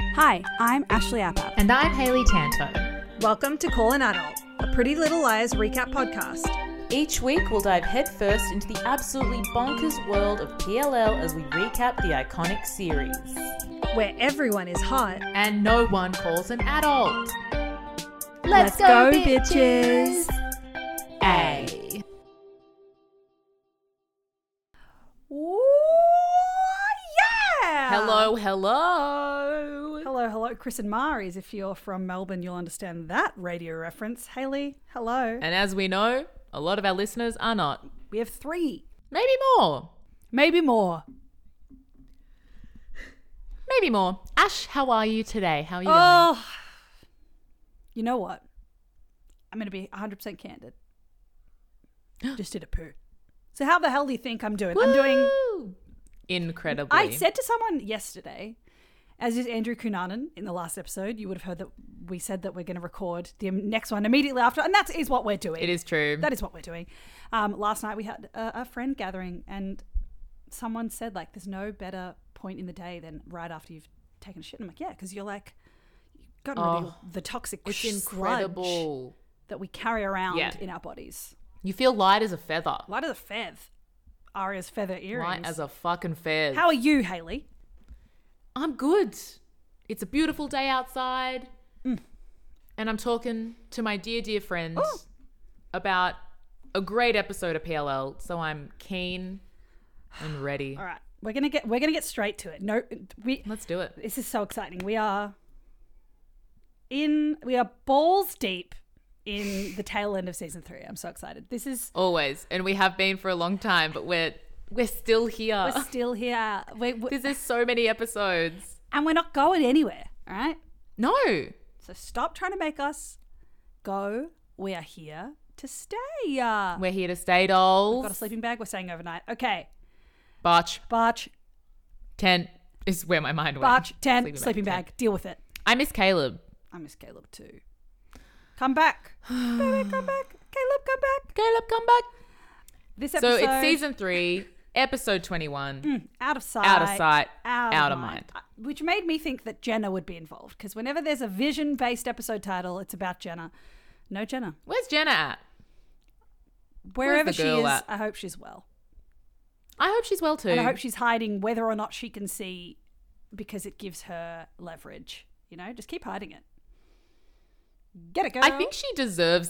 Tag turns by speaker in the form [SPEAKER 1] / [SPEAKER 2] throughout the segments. [SPEAKER 1] Hi, I'm Ashley Appa.
[SPEAKER 2] And I'm Hayley Tanto.
[SPEAKER 1] Welcome to Call an Adult, a Pretty Little Liars recap podcast.
[SPEAKER 3] Each week, we'll dive headfirst into the absolutely bonkers world of PLL as we recap the iconic series.
[SPEAKER 1] where everyone is hot.
[SPEAKER 2] And no one calls an adult.
[SPEAKER 1] Let's go, bitches.
[SPEAKER 2] A.
[SPEAKER 1] Ooh, yeah!
[SPEAKER 3] Hello, hello.
[SPEAKER 1] Hello, hello. Chris and Maris, if you're from Melbourne, you'll understand that radio reference. Haley, hello.
[SPEAKER 3] And as we know, a lot of our listeners are not.
[SPEAKER 1] We have three,
[SPEAKER 3] Maybe more.
[SPEAKER 1] maybe more.
[SPEAKER 3] Maybe more.
[SPEAKER 2] Ash, how are you today? How are you
[SPEAKER 1] Oh, you know what? I'm going to be 100% candid. Just did a poo. So, how the hell do you think I'm doing?
[SPEAKER 2] going?
[SPEAKER 1] I'm doing
[SPEAKER 2] Woo!
[SPEAKER 3] Incredibly.
[SPEAKER 1] I said to someone yesterday, as is Andrew Cunanan in the last episode, you would have heard that we said that we're going to record the next one immediately after, and that is what we're doing.
[SPEAKER 3] it is true.
[SPEAKER 1] That is what we're doing. Um, last night we had a, a friend gathering, and someone said like, "There's no better point in the day than right after you've taken a shit." And I'm like, "Yeah," because you're like, you've gotten rid of
[SPEAKER 3] Oh,
[SPEAKER 1] your- the toxic
[SPEAKER 3] it's
[SPEAKER 1] sludge
[SPEAKER 3] incredible.
[SPEAKER 1] that we carry around
[SPEAKER 3] Yeah.
[SPEAKER 1] in our bodies.
[SPEAKER 3] You feel light as a feather.
[SPEAKER 1] Light as a feather, Aria's feather earrings.
[SPEAKER 3] Light as a fucking feather.
[SPEAKER 1] How are you, Haley?
[SPEAKER 3] I'm good. It's a beautiful day outside.
[SPEAKER 1] Mm.
[SPEAKER 3] And I'm talking to my dear, dear friend
[SPEAKER 1] Oh.
[SPEAKER 3] about a great episode of PLL. So I'm keen and ready.
[SPEAKER 1] All right, we're gonna get we're gonna get straight to it. No, we
[SPEAKER 3] Let's do it.
[SPEAKER 1] this is so exciting. We are in we are balls deep in the tail end of season three. I'm so excited. This is
[SPEAKER 3] Always. And we have been for a long time, but we're we're still here.
[SPEAKER 1] we're still here, we, we-
[SPEAKER 3] There's just so many episodes.
[SPEAKER 1] and we're not going anywhere. All right,
[SPEAKER 3] No.
[SPEAKER 1] so stop trying to make us go. We are here to stay. Uh, We've got
[SPEAKER 3] We're here to stay
[SPEAKER 1] a
[SPEAKER 3] dolls.
[SPEAKER 1] sleeping bag. We're staying overnight. Okay,
[SPEAKER 3] Barch
[SPEAKER 1] barch,
[SPEAKER 3] tent is where my mind went.
[SPEAKER 1] barch, tent,
[SPEAKER 3] Sleeping
[SPEAKER 1] sleeping,
[SPEAKER 3] bag,
[SPEAKER 1] bag. Deal with it.
[SPEAKER 3] I miss Caleb.
[SPEAKER 1] I miss Caleb too. Come back, Baby, come back, Caleb, come back.
[SPEAKER 3] Caleb, come back.
[SPEAKER 1] This episode. Mm.
[SPEAKER 3] So it's season three, episode 21.
[SPEAKER 1] out of sight,
[SPEAKER 3] Out of sight, out of mind.
[SPEAKER 1] Uh, Which made me think that Jenna would be involved because whenever there's a vision based episode title, it's about Jenna. No Jenna.
[SPEAKER 3] Where's Jenna at?
[SPEAKER 1] Wherever
[SPEAKER 3] the
[SPEAKER 1] she
[SPEAKER 3] girl
[SPEAKER 1] is,
[SPEAKER 3] at?
[SPEAKER 1] I hope she's well.
[SPEAKER 3] I hope she's well too.
[SPEAKER 1] And I hope she's hiding whether or not she can see because it gives her leverage. You know, just keep hiding it. Get it, girl.
[SPEAKER 3] I think she deserves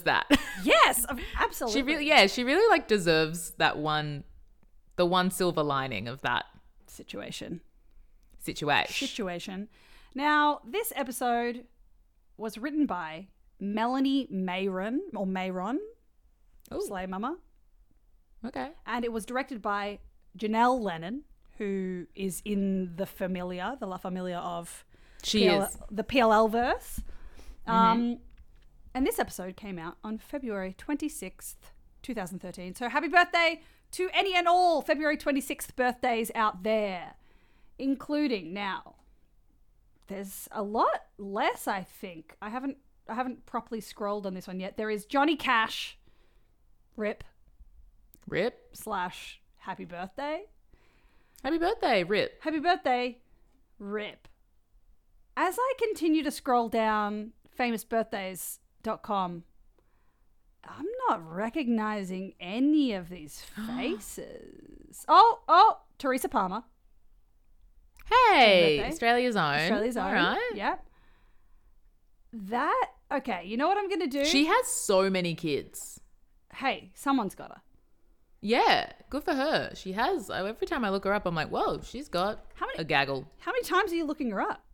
[SPEAKER 3] that.
[SPEAKER 1] yes, of- absolutely.
[SPEAKER 3] she really, yeah, she really like deserves that one, the one silver lining of that
[SPEAKER 1] Situation.
[SPEAKER 3] situation.
[SPEAKER 1] Situation. Now, this episode was written by Melanie Mayron or Mayron,
[SPEAKER 3] Ooh,
[SPEAKER 1] Slay Mama.
[SPEAKER 3] okay.
[SPEAKER 1] and it was directed by Janelle Lennon, who is in the Familia, the La Familia of
[SPEAKER 3] She
[SPEAKER 1] PL
[SPEAKER 3] is. Mm-hmm.
[SPEAKER 1] the PLL verse. Um, and this episode came out on February 26th, 2013. So happy birthday to any and all February 26th birthdays out there, including now. There's a lot less, I think. I haven't I haven't properly scrolled on this one yet. There is Johnny Cash, Rip
[SPEAKER 3] Rip.
[SPEAKER 1] slash happy birthday.
[SPEAKER 3] Happy birthday, Rip.
[SPEAKER 1] Happy birthday, Rip. As I continue to scroll down famousbirthdays.com, I'm not recognizing any of these faces. oh, oh, Teresa Palmer,
[SPEAKER 3] Hey,
[SPEAKER 1] birthday.
[SPEAKER 3] Australia's own.
[SPEAKER 1] Australia's own.
[SPEAKER 3] All right.
[SPEAKER 1] Yep. That, okay, you know what I'm going to do?
[SPEAKER 3] She has so many kids.
[SPEAKER 1] hey, someone's got her.
[SPEAKER 3] Yeah, good for her. She has. I- Every time I look her up, I'm like, whoa, she's got
[SPEAKER 1] How many-
[SPEAKER 3] a gaggle.
[SPEAKER 1] How many times are you looking her up?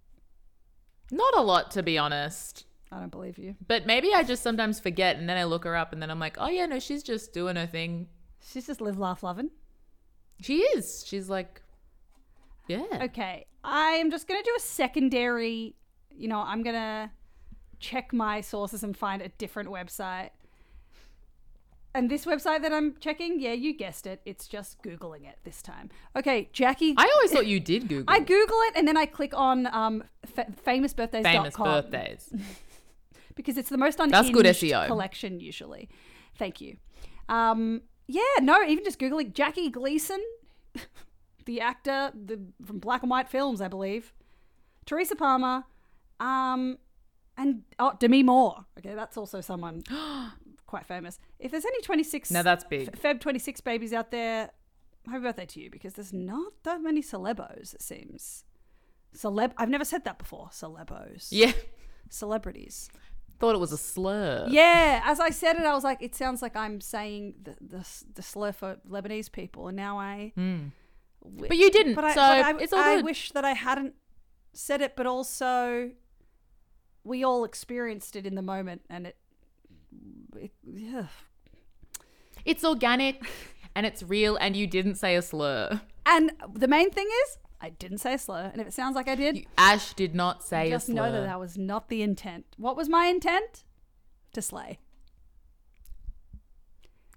[SPEAKER 3] Not a lot, to be honest.
[SPEAKER 1] I don't believe you.
[SPEAKER 3] But maybe I just sometimes forget and then I look her up and then I'm like, oh yeah, no, she's just doing her thing.
[SPEAKER 1] She's just live, laugh, loving.
[SPEAKER 3] She is. She's like, yeah.
[SPEAKER 1] Okay, I'm just gonna do a secondary. You know, I'm gonna check my sources and find a different website. And this website that I'm checking, yeah, you guessed it. It's just googling it this time. Okay, Jackie.
[SPEAKER 3] I always thought you did Google.
[SPEAKER 1] I Google it and then I click on um, fa- famousbirthdays.com
[SPEAKER 3] famous birthdays.
[SPEAKER 1] because it's the most unhinged
[SPEAKER 3] That's good E SEO.
[SPEAKER 1] collection usually. Thank you. Um, yeah, no, even just googling Jackie Gleason, the actor the, from black and white films, I believe. Teresa Palmer, Um, and oh, Demi Moore. Okay, that's also someone quite famous. If there's any 26
[SPEAKER 3] Now that's big.
[SPEAKER 1] F- Feb 26 babies out there, happy birthday to you because there's not that many celebos, it seems. Celeb, I've never said that before. Celebos.
[SPEAKER 3] Yeah.
[SPEAKER 1] Celebrities.
[SPEAKER 3] Thought it was a slur.
[SPEAKER 1] Yeah, as I said it, I was like, it sounds like I'm saying the, the, the slur for Lebanese people. And now I.
[SPEAKER 3] But you didn't,
[SPEAKER 1] But I,
[SPEAKER 3] so
[SPEAKER 1] but I,
[SPEAKER 3] it's all
[SPEAKER 1] I
[SPEAKER 3] good.
[SPEAKER 1] wish that I hadn't said it, but also we all experienced it in the moment and it. it yeah.
[SPEAKER 3] It's organic and it's real and you didn't say a slur.
[SPEAKER 1] And the main thing is, I didn't say a slur. And if it sounds like I did,
[SPEAKER 3] You- Ash did not say
[SPEAKER 1] just
[SPEAKER 3] a slur.
[SPEAKER 1] know that that was not the intent. What was my intent? To slay.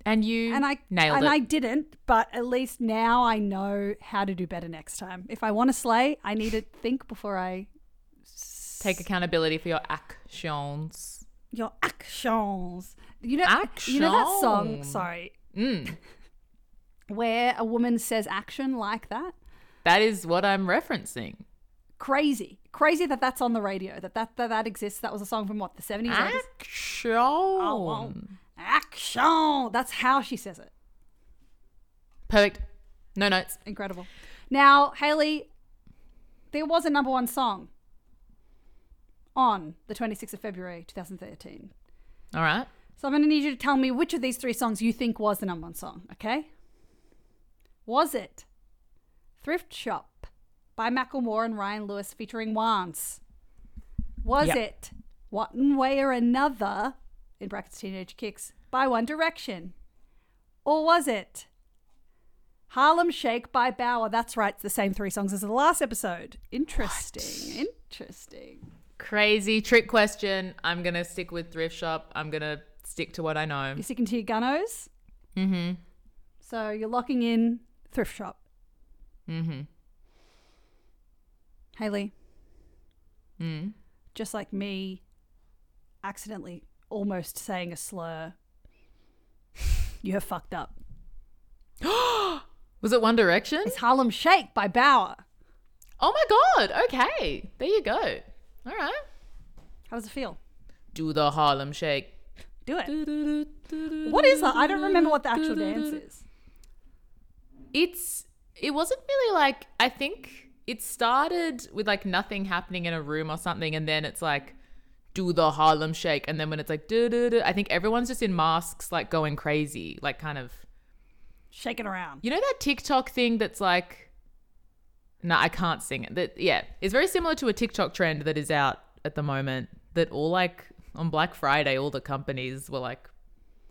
[SPEAKER 3] and you
[SPEAKER 1] And I
[SPEAKER 3] nailed
[SPEAKER 1] and
[SPEAKER 3] it.
[SPEAKER 1] I didn't, but at least now I know how to do better next time. If I want to slay, I need to think before I
[SPEAKER 3] Take accountability for your actions.
[SPEAKER 1] your actions. You know, you know that song.
[SPEAKER 3] Action.
[SPEAKER 1] Sorry,
[SPEAKER 3] Mm.
[SPEAKER 1] where a woman says action like that.
[SPEAKER 3] That is what I'm referencing.
[SPEAKER 1] Crazy, crazy that that's on the radio. That that that, that exists. That was a song from what the seventies.
[SPEAKER 3] Action.
[SPEAKER 1] wow. Action. That's how she says it.
[SPEAKER 3] Perfect. No notes.
[SPEAKER 1] Incredible. Now, Haley, there was a number one song on the 26th of February 2013.
[SPEAKER 3] All right.
[SPEAKER 1] So I'm going to need you to tell me which of these three songs you think was the number one song, okay? Was it Thrift Shop by Macklemore and Ryan Lewis featuring Wance? Was
[SPEAKER 3] Yep.
[SPEAKER 1] it One Way or Another, in brackets Teenage Kicks, by One Direction? Or was it Harlem Shake by Bauer? That's right, it's the same three songs as the last episode. Interesting, interesting.
[SPEAKER 3] Crazy trick question. I'm going to stick with thrift shop. I'm going to stick to what I know.
[SPEAKER 1] You're sticking to your gunnos?
[SPEAKER 3] Mm-hmm.
[SPEAKER 1] So you're locking in Thrift Shop.
[SPEAKER 3] Mm-hmm.
[SPEAKER 1] Haley,
[SPEAKER 3] Mm.
[SPEAKER 1] just like me, accidentally almost saying a slur, you have fucked up.
[SPEAKER 3] Was it One Direction?
[SPEAKER 1] It's Harlem Shake by Bauer.
[SPEAKER 3] Oh my god. Okay. There you go. All right.
[SPEAKER 1] How does it feel?
[SPEAKER 3] Do the Harlem Shake.
[SPEAKER 1] Do it. What is that? I don't remember what the actual dance is.
[SPEAKER 3] It's it wasn't really like I think it started with like nothing happening in a room or something and then it's like do the Harlem Shake and then when it's like do do do I think everyone's just in masks like going crazy like kind of
[SPEAKER 1] Shaking around.
[SPEAKER 3] You know that TikTok thing that's like No, I can't sing it. That yeah. It's very similar to a TikTok trend that is out at the moment that all like on Black Friday all the companies were like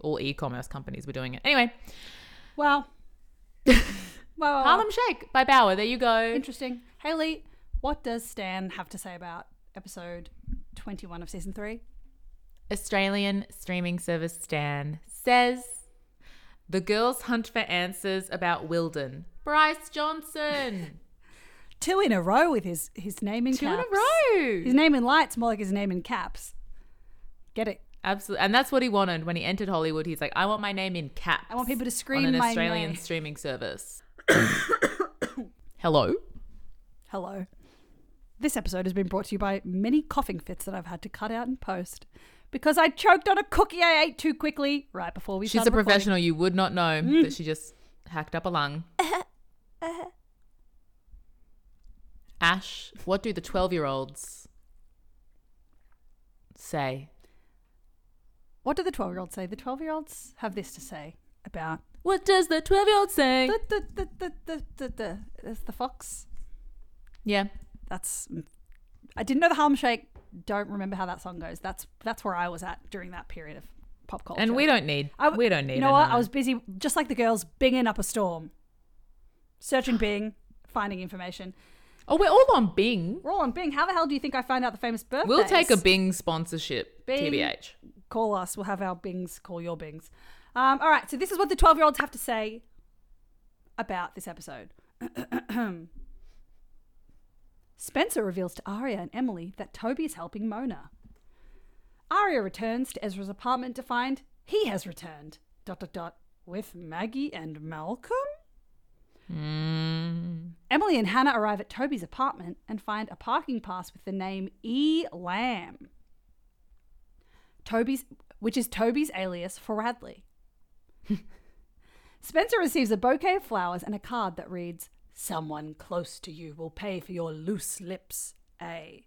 [SPEAKER 3] all e-commerce companies were doing it. Anyway,
[SPEAKER 1] Wow. wow, wow, wow.
[SPEAKER 3] Harlem Shake by Bauer. There you go.
[SPEAKER 1] Oh. Interesting. Haley, what does Stan have to say about episode 21 of season three?
[SPEAKER 3] Australian streaming service Stan says the girls hunt for answers about Wilden. Bryce Johnson.
[SPEAKER 1] Two in a row with his, his name in
[SPEAKER 3] Two in
[SPEAKER 1] caps.
[SPEAKER 3] a
[SPEAKER 1] His
[SPEAKER 3] row.
[SPEAKER 1] name in lights, more like his name in caps. Get it?
[SPEAKER 3] Absolutely. And that's what he wanted when he entered Hollywood. He's like, I want my name in caps.
[SPEAKER 1] I want people to scream
[SPEAKER 3] on an
[SPEAKER 1] my
[SPEAKER 3] Australian
[SPEAKER 1] name.
[SPEAKER 3] streaming service. Hello.
[SPEAKER 1] Hello. This episode has been brought to you by many coughing fits that I've had to cut out and post because I choked on a cookie I ate too quickly right before we
[SPEAKER 3] She's a
[SPEAKER 1] started recording.
[SPEAKER 3] professional. You would not know that she just hacked up a lung. Ash, what do the 12 year olds say?
[SPEAKER 1] What do the 12 year olds say? The 12 year olds have this to say about.
[SPEAKER 3] What does the 12 year old say?
[SPEAKER 1] The, the, the, the, the, the, the, is the fox.
[SPEAKER 3] yeah.
[SPEAKER 1] That's. I didn't know the Harlem Shake. Don't remember how that song goes. That's that's where I was at during that period of pop culture.
[SPEAKER 3] And we don't need.
[SPEAKER 1] I w-
[SPEAKER 3] we don't need.
[SPEAKER 1] You know what? I
[SPEAKER 3] another-
[SPEAKER 1] was busy, just like the girls, binging up a storm. Searching Bing, finding information.
[SPEAKER 3] Oh, we're all on Bing.
[SPEAKER 1] We're all on Bing. How the hell do you think I find out the famous birthdays?
[SPEAKER 3] We'll take a Bing sponsorship.
[SPEAKER 1] Bing.
[SPEAKER 3] Tbh.
[SPEAKER 1] Call us. We'll have our Bings call your Bings. Um, all right. So this is what the twelve-year-olds have to say about this episode. Spencer reveals to Arya and Emily that Toby is helping Mona. Arya returns to Ezra's apartment to find he has returned. Dot dot dot with Maggie and Malcolm. Emily and Hannah arrive at Toby's apartment and find a parking pass with the name E. Lamb. Toby's, which is Toby's alias for Radley. Spencer receives a bouquet of flowers and a card that reads, Someone close to you will pay for your loose lips, A.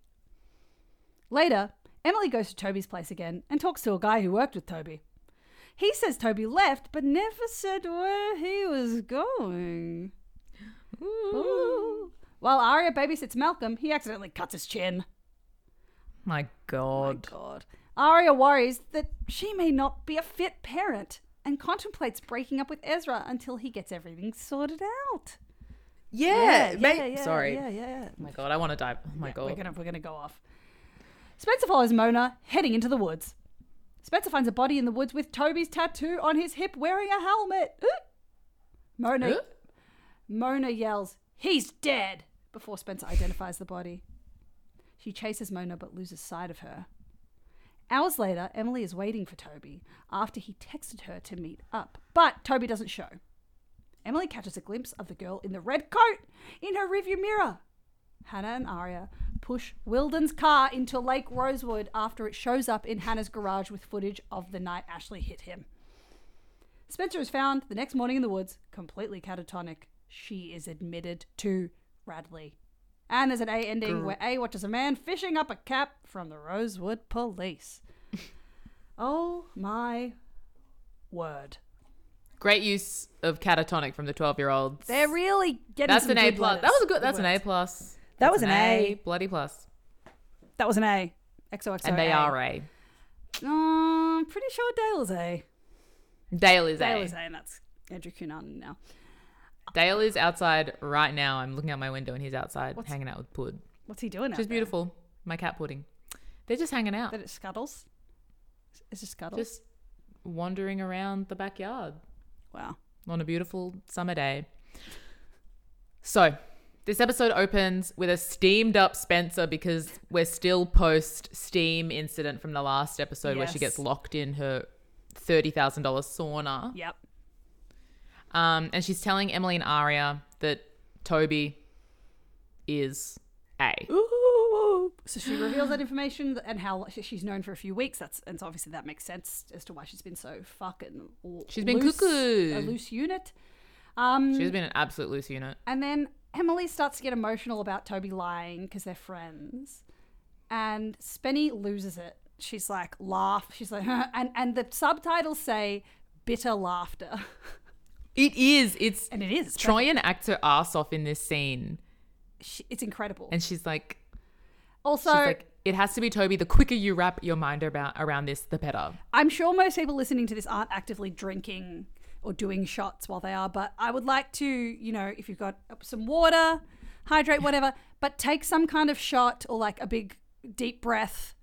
[SPEAKER 1] Later, Emily goes to Toby's place again and talks to a guy who worked with Toby. He says Toby left, but never said where he was going. Mm-hmm. Ooh. While Arya babysits Malcolm, he accidentally cuts his chin.
[SPEAKER 3] My God.
[SPEAKER 1] God. Arya worries that she may not be a fit parent and contemplates breaking up with Ezra until he gets everything sorted out.
[SPEAKER 4] Yeah, mate.
[SPEAKER 1] yeah, yeah,
[SPEAKER 4] Sorry.
[SPEAKER 1] Yeah, yeah, yeah.
[SPEAKER 3] Oh my God. I want to die. Oh my God.
[SPEAKER 1] We're gonna we're gonna go off. Spencer follows Mona, heading into the woods. Spencer finds a body in the woods with Toby's tattoo on his hip wearing a helmet. Ooh. Mona
[SPEAKER 3] Huh?
[SPEAKER 1] Mona yells, He's dead before Spencer identifies the body. She chases Mona but loses sight of her. Hours later, Emily is waiting for Toby after he texted her to meet up, but Toby doesn't show. Emily catches a glimpse of the girl in the red coat in her rearview mirror. Hannah and Arya push Wilden's car into Lake Rosewood after it shows up in Hannah's garage with footage of the night Ashley hit him. Spencer is found the next morning in the woods, completely catatonic. She is admitted to Radley. And there's an A ending where A watches a man fishing up a cap from the Rosewood police. oh my word.
[SPEAKER 3] Great use of catatonic from the 12 year olds.
[SPEAKER 1] They're really getting
[SPEAKER 3] That's
[SPEAKER 1] some
[SPEAKER 3] an A
[SPEAKER 1] good
[SPEAKER 3] plus.
[SPEAKER 1] letters.
[SPEAKER 3] That was a good. That's an A plus.
[SPEAKER 4] That
[SPEAKER 3] That's
[SPEAKER 4] was an A.
[SPEAKER 3] Bloody plus.
[SPEAKER 1] That was an A. XOXO.
[SPEAKER 3] And they
[SPEAKER 1] A.
[SPEAKER 3] are A.
[SPEAKER 1] Um, pretty sure Dale is A.
[SPEAKER 3] Dale is
[SPEAKER 1] Dale
[SPEAKER 3] A.
[SPEAKER 1] is A, and that's Andrew Cunanan now.
[SPEAKER 3] Dale is outside right now. I'm looking out my window and he's outside hanging out with Pud.
[SPEAKER 1] What's he doing? out
[SPEAKER 3] She's
[SPEAKER 1] there?
[SPEAKER 3] beautiful. My cat pudding. They're just hanging out.
[SPEAKER 1] That it scuttles. Is it scuttles?
[SPEAKER 3] Just wandering around the backyard
[SPEAKER 1] wow.
[SPEAKER 3] on a beautiful summer day. So, this episode opens with a steamed up Spencer because we're still post steam incident from the last episode where she
[SPEAKER 1] Yes.
[SPEAKER 3] gets locked in her $30,000 sauna.
[SPEAKER 1] Yep.
[SPEAKER 3] Um, and she's telling Emily and Aria that Toby is A.
[SPEAKER 1] So she reveals that information and how she- she's known for a few weeks. That's and so obviously that makes sense as to why she's been so fucking. l-
[SPEAKER 3] She's been
[SPEAKER 1] loose,
[SPEAKER 3] cuckoo.
[SPEAKER 1] A loose unit. Um,
[SPEAKER 3] She's been an absolute loose unit.
[SPEAKER 1] and then Emily starts to get emotional about Toby lying because they're friends, and Spenny loses it. She's like laugh. She's like and and the subtitles say bitter laughter,
[SPEAKER 3] It is. It's
[SPEAKER 1] and it is. but
[SPEAKER 3] Troyan acts her ass off in this scene,
[SPEAKER 1] she- it's incredible.
[SPEAKER 3] and she's like,
[SPEAKER 1] also,
[SPEAKER 3] she's like, it has to be Toby. The quicker you wrap your mind about around this, the better.
[SPEAKER 1] I'm sure most people listening to this aren't actively drinking or doing shots while they are, but I would like to, you know, if you've got some water, hydrate, whatever, but take some kind of shot or like a big deep breath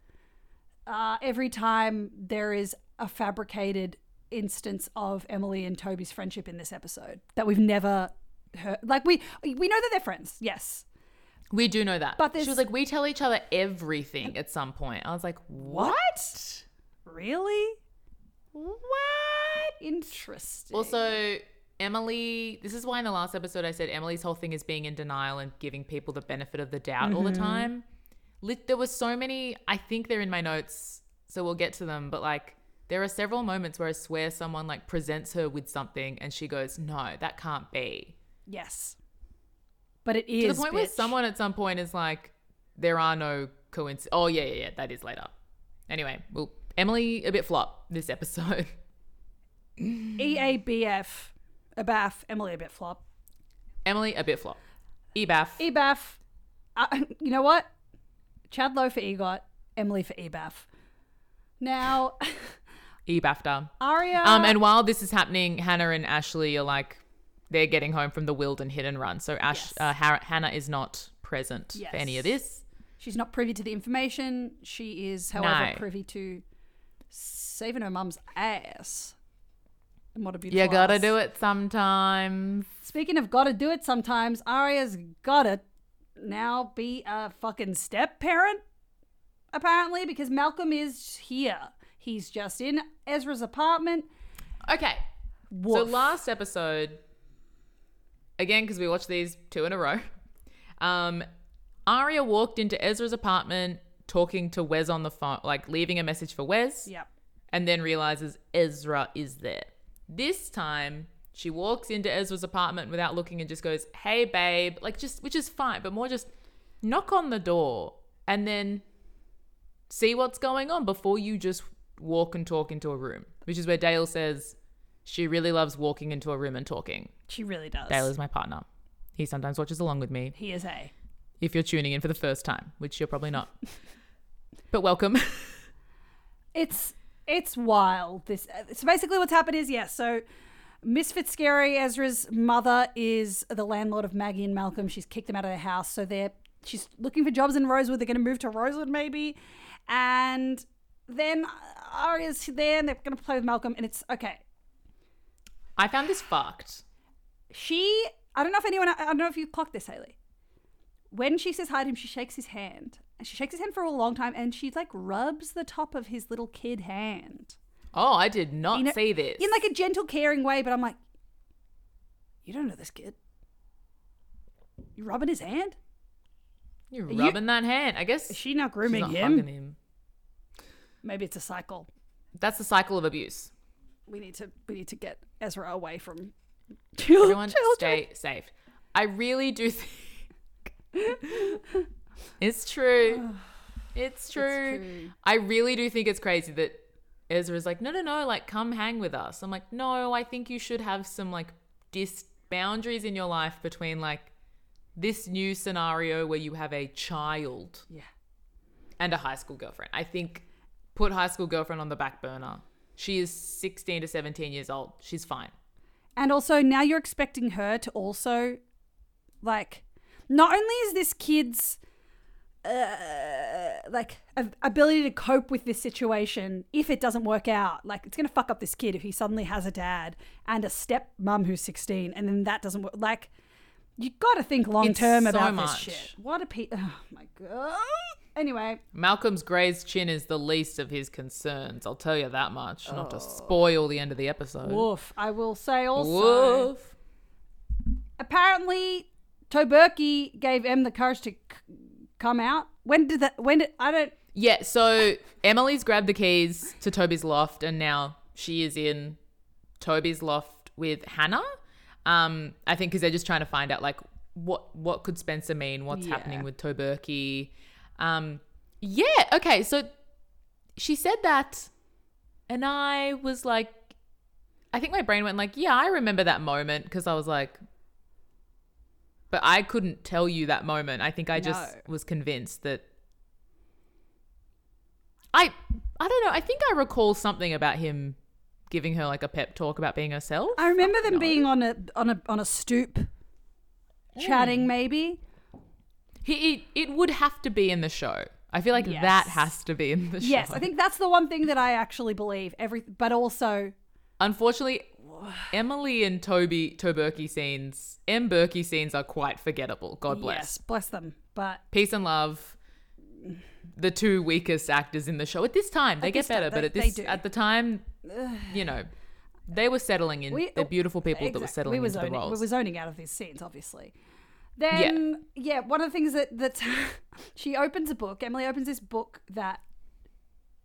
[SPEAKER 1] uh, every time there is a fabricated instance of Emily and Toby's friendship in this episode that we've never heard. Like we we know that they're friends, yes,
[SPEAKER 3] We do know that.
[SPEAKER 1] But
[SPEAKER 3] she
[SPEAKER 1] there's-
[SPEAKER 3] was like, we tell each other everything at some point. I was like, what?
[SPEAKER 1] really
[SPEAKER 3] What?
[SPEAKER 1] interesting.
[SPEAKER 3] Also, Emily, this is why in the last episode I said Emily's whole thing is being in denial and giving people the benefit of the doubt all the time. Lit, there were so many, I think they're in my notes, so we'll get to them, but like there are several moments where I swear someone like presents her with something and she goes, "No, that can't be."
[SPEAKER 1] yes, but it
[SPEAKER 3] To
[SPEAKER 1] is
[SPEAKER 3] the point where
[SPEAKER 1] bitch.
[SPEAKER 3] someone at some point is like, "There are no coincidence." Oh yeah, yeah, yeah, that is later. Anyway, well, Emily a bit flop this episode.
[SPEAKER 1] E EABF, ABAF, Emily a bit flop.
[SPEAKER 3] Emily a bit flop. EBAF.
[SPEAKER 1] EBAF, uh, you know what? Chad Lowe for EGOT, Emily for EBAF. Now,
[SPEAKER 3] EBAFTA.
[SPEAKER 1] Aria.
[SPEAKER 3] Um, and while this is happening, Hannah and Ashley are like they're getting home from the wild and hit and run. So Ash, uh, Har- Hannah is not present
[SPEAKER 1] Yes.
[SPEAKER 3] for any of this.
[SPEAKER 1] she's not privy to the information. She is, however,
[SPEAKER 3] No.
[SPEAKER 1] privy to saving her mum's ass. And what a beautiful
[SPEAKER 3] You gotta
[SPEAKER 1] ass.
[SPEAKER 3] do it sometimes.
[SPEAKER 1] Speaking of gotta do it sometimes, Arya's gotta now be a fucking step parent, apparently, because Malcolm is here. He's just in Ezra's apartment.
[SPEAKER 3] Okay.
[SPEAKER 1] Woof.
[SPEAKER 3] So last episode, again because we watched these two in a row. Um, Aria walked into Ezra's apartment talking to Wes on the phone, like leaving a message for Wes
[SPEAKER 1] Yep.
[SPEAKER 3] and then realizes Ezra is there. This time, she walks into Ezra's apartment without looking and just goes, "Hey, babe," like just which is fine, but more just knock on the door and then see what's going on before you just walk and talk into a room, which is where Dale says she really loves walking into a room and talking.
[SPEAKER 1] She really does.
[SPEAKER 3] Dale is my partner. He sometimes watches along with me
[SPEAKER 1] He is a.
[SPEAKER 3] if you're tuning in for the first time, which you're probably not. but welcome.
[SPEAKER 1] It's it's wild. This uh, so basically what's happened is yes. so Miss Fitzgerry, Ezra's mother, is the landlord of Maggie and Malcolm. She's kicked them out of their house, so they're she's looking for jobs in Rosewood. They're going to move to Rosewood maybe, and then Arya's there and they're going to play with Malcolm. And it's okay.
[SPEAKER 3] I found this fucked.
[SPEAKER 1] She I don't know if anyone I don't know if you clocked this, Haley. When she says hi to him, she shakes his hand. And she shakes his hand for a long time and she like rubs the top of his little kid hand.
[SPEAKER 3] Oh, I did not
[SPEAKER 1] You know-
[SPEAKER 3] see this.
[SPEAKER 1] in like a gentle, caring way. But I'm like, you don't know this kid. You rubbing his hand?
[SPEAKER 3] You're
[SPEAKER 1] you-
[SPEAKER 3] rubbing that hand. I guess
[SPEAKER 1] Is she not
[SPEAKER 3] she's
[SPEAKER 1] grooming
[SPEAKER 3] not
[SPEAKER 1] him?
[SPEAKER 3] fucking him.
[SPEAKER 1] Maybe it's a cycle.
[SPEAKER 3] That's the cycle of abuse.
[SPEAKER 1] We need to we need to get Ezra away from
[SPEAKER 3] Everyone,
[SPEAKER 1] children.
[SPEAKER 3] stay safe. I really do think it's true. It's true.
[SPEAKER 1] true.
[SPEAKER 3] I really do think it's crazy that Ezra's like, no, no, no, like come hang with us. I'm like, no, I think you should have some like dis boundaries in your life between like this new scenario where you have a child
[SPEAKER 1] Yeah.
[SPEAKER 3] and a high school girlfriend. I think put high school girlfriend on the back burner. She is 16 to 17 years old. She's fine.
[SPEAKER 1] And also now you're expecting her to also, like, not only is this kid's uh, like ab- ability to cope with this situation if it doesn't work out, like it's gonna fuck up this kid if he suddenly has a dad and a step mum who's sixteen, and then that doesn't work. Like, you got to think long term
[SPEAKER 3] so
[SPEAKER 1] about this
[SPEAKER 3] much.
[SPEAKER 1] shit. What a pe- oh my god. Anyway,
[SPEAKER 3] Malcolm's Gray's chin is the least of his concerns. I'll tell you that much. Not to spoil the end of the episode.
[SPEAKER 1] woof. I will say also.
[SPEAKER 3] Woof.
[SPEAKER 1] apparently Toberky gave Em the courage to c- come out. When did that? When did I don't?
[SPEAKER 3] Yeah, so Emily's grabbed the keys to Toby's loft and now she is in Toby's loft with Hannah. Um, I think because they're just trying to find out like what what could Spencer mean, what's happening with Toberky. Um, yeah, okay, so she said that and I was like I think my brain went like, yeah, I remember that moment because I was like but I couldn't tell you that moment. I think I just
[SPEAKER 1] No.
[SPEAKER 3] was convinced that I I don't know. I think I recall something about him giving her like a pep talk about being herself.
[SPEAKER 1] I remember them being on a on a on a stoop, chatting maybe.
[SPEAKER 3] He it, it would have to be in the show. I feel like
[SPEAKER 1] Yes.
[SPEAKER 3] that has to be in the show.
[SPEAKER 1] Yes, I think that's the one thing that I actually believe. Every but also
[SPEAKER 3] Unfortunately, Emily and Toby Toberky scenes, M Berkey scenes are quite forgettable. God bless.
[SPEAKER 1] yes, bless them. But
[SPEAKER 3] Peace and love. The two weakest actors in the show at this time. They
[SPEAKER 1] this
[SPEAKER 3] get
[SPEAKER 1] time,
[SPEAKER 3] better, but
[SPEAKER 1] they-
[SPEAKER 3] at this
[SPEAKER 1] they do.
[SPEAKER 3] at the time, you know, they were settling in.
[SPEAKER 1] We-
[SPEAKER 3] the beautiful people that were
[SPEAKER 1] exact-
[SPEAKER 3] settling
[SPEAKER 1] we were
[SPEAKER 3] into the
[SPEAKER 1] zoning,
[SPEAKER 3] roles.
[SPEAKER 1] we were zoning out of these scenes, obviously. Then yeah, one of the things that that's she opens a book. Emily opens this book that.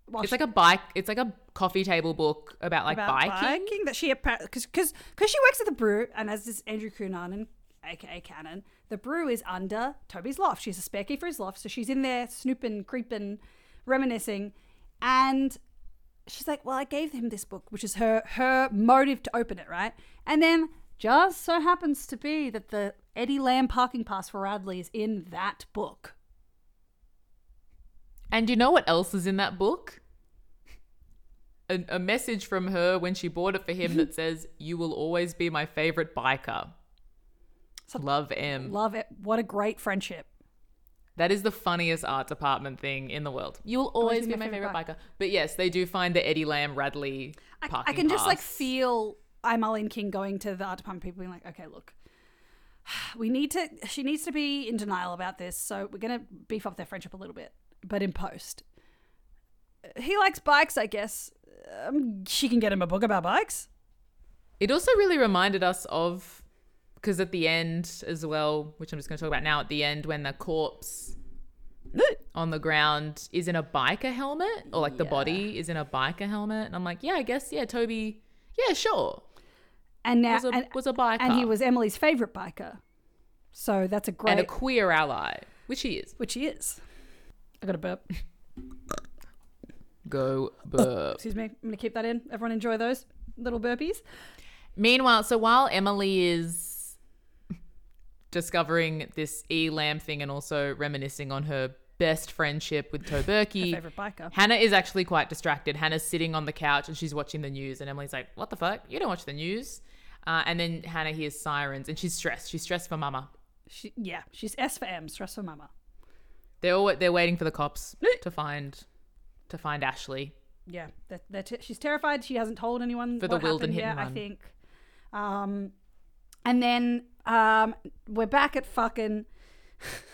[SPEAKER 1] Well,
[SPEAKER 3] It's
[SPEAKER 1] she-
[SPEAKER 3] like a bike. It's like a coffee table book about like
[SPEAKER 1] about
[SPEAKER 3] biking.
[SPEAKER 1] that she because because because she works at the brew and as this Andrew Cunanan, aka Cannon, the brew is under Toby's loft. She's a spare key for his loft, so she's in there snooping, creeping, reminiscing, and she's like, "Well, I gave him this book, which is her her motive to open it, right?" And then just so happens to be that the Eddie Lamb parking pass for Radley is in that book.
[SPEAKER 3] And you know what else is in that book? A, a message from her when she bought it for him that says, "You will always be my favorite biker."
[SPEAKER 1] So-
[SPEAKER 3] Love M.
[SPEAKER 1] Love it. What a great friendship.
[SPEAKER 3] that is the funniest art department thing in the world. You will always, be, my favorite biker. But yes, they do find the Eddie Lamb Radley
[SPEAKER 1] I,
[SPEAKER 3] parking
[SPEAKER 1] I can just like
[SPEAKER 3] pass.
[SPEAKER 1] feel I'm Arlene King going to the art department people being like, okay, look, we need to, she needs to be in denial about this. So we're going to beef up their friendship a little bit, but in post. Uh, He likes bikes, I guess. Um, she can get him a book about bikes.
[SPEAKER 3] It also really reminded us of because at the end as well, which I'm just going to talk about now, at the end when the corpse on the ground is in a biker helmet, or like the body is in a biker helmet, and I'm like, yeah, I guess, yeah, Toby, yeah, sure,
[SPEAKER 1] And now
[SPEAKER 3] was a
[SPEAKER 1] and,
[SPEAKER 3] was a biker,
[SPEAKER 1] and he was Emily's favorite biker. So that's a great
[SPEAKER 3] and a queer ally, which he is.
[SPEAKER 1] which he is. I got a burp.
[SPEAKER 3] Go burp.
[SPEAKER 1] Excuse me. I'm going to keep that in. Everyone enjoy those little burpees.
[SPEAKER 3] Meanwhile, so while Emily is discovering this E lamb thing and also reminiscing on her best friendship with Toberky,
[SPEAKER 1] Favorite biker.
[SPEAKER 3] Hannah is actually quite distracted. Hannah's sitting on the couch and she's watching the news, and Emily's like, "What the fuck? You don't watch the news." Uh, and then Hannah hears sirens, and she's stressed. She's stressed for Mama.
[SPEAKER 1] She, yeah, she's S for M, stress for mama.
[SPEAKER 3] They're all they're waiting for the cops to find to find Ashley.
[SPEAKER 1] Yeah, that that she's terrified. She hasn't told anyone
[SPEAKER 3] For the
[SPEAKER 1] what
[SPEAKER 3] wild
[SPEAKER 1] happened
[SPEAKER 3] and hit
[SPEAKER 1] yet,
[SPEAKER 3] and
[SPEAKER 1] I
[SPEAKER 3] run.
[SPEAKER 1] think. Um, and then um, we're back at fucking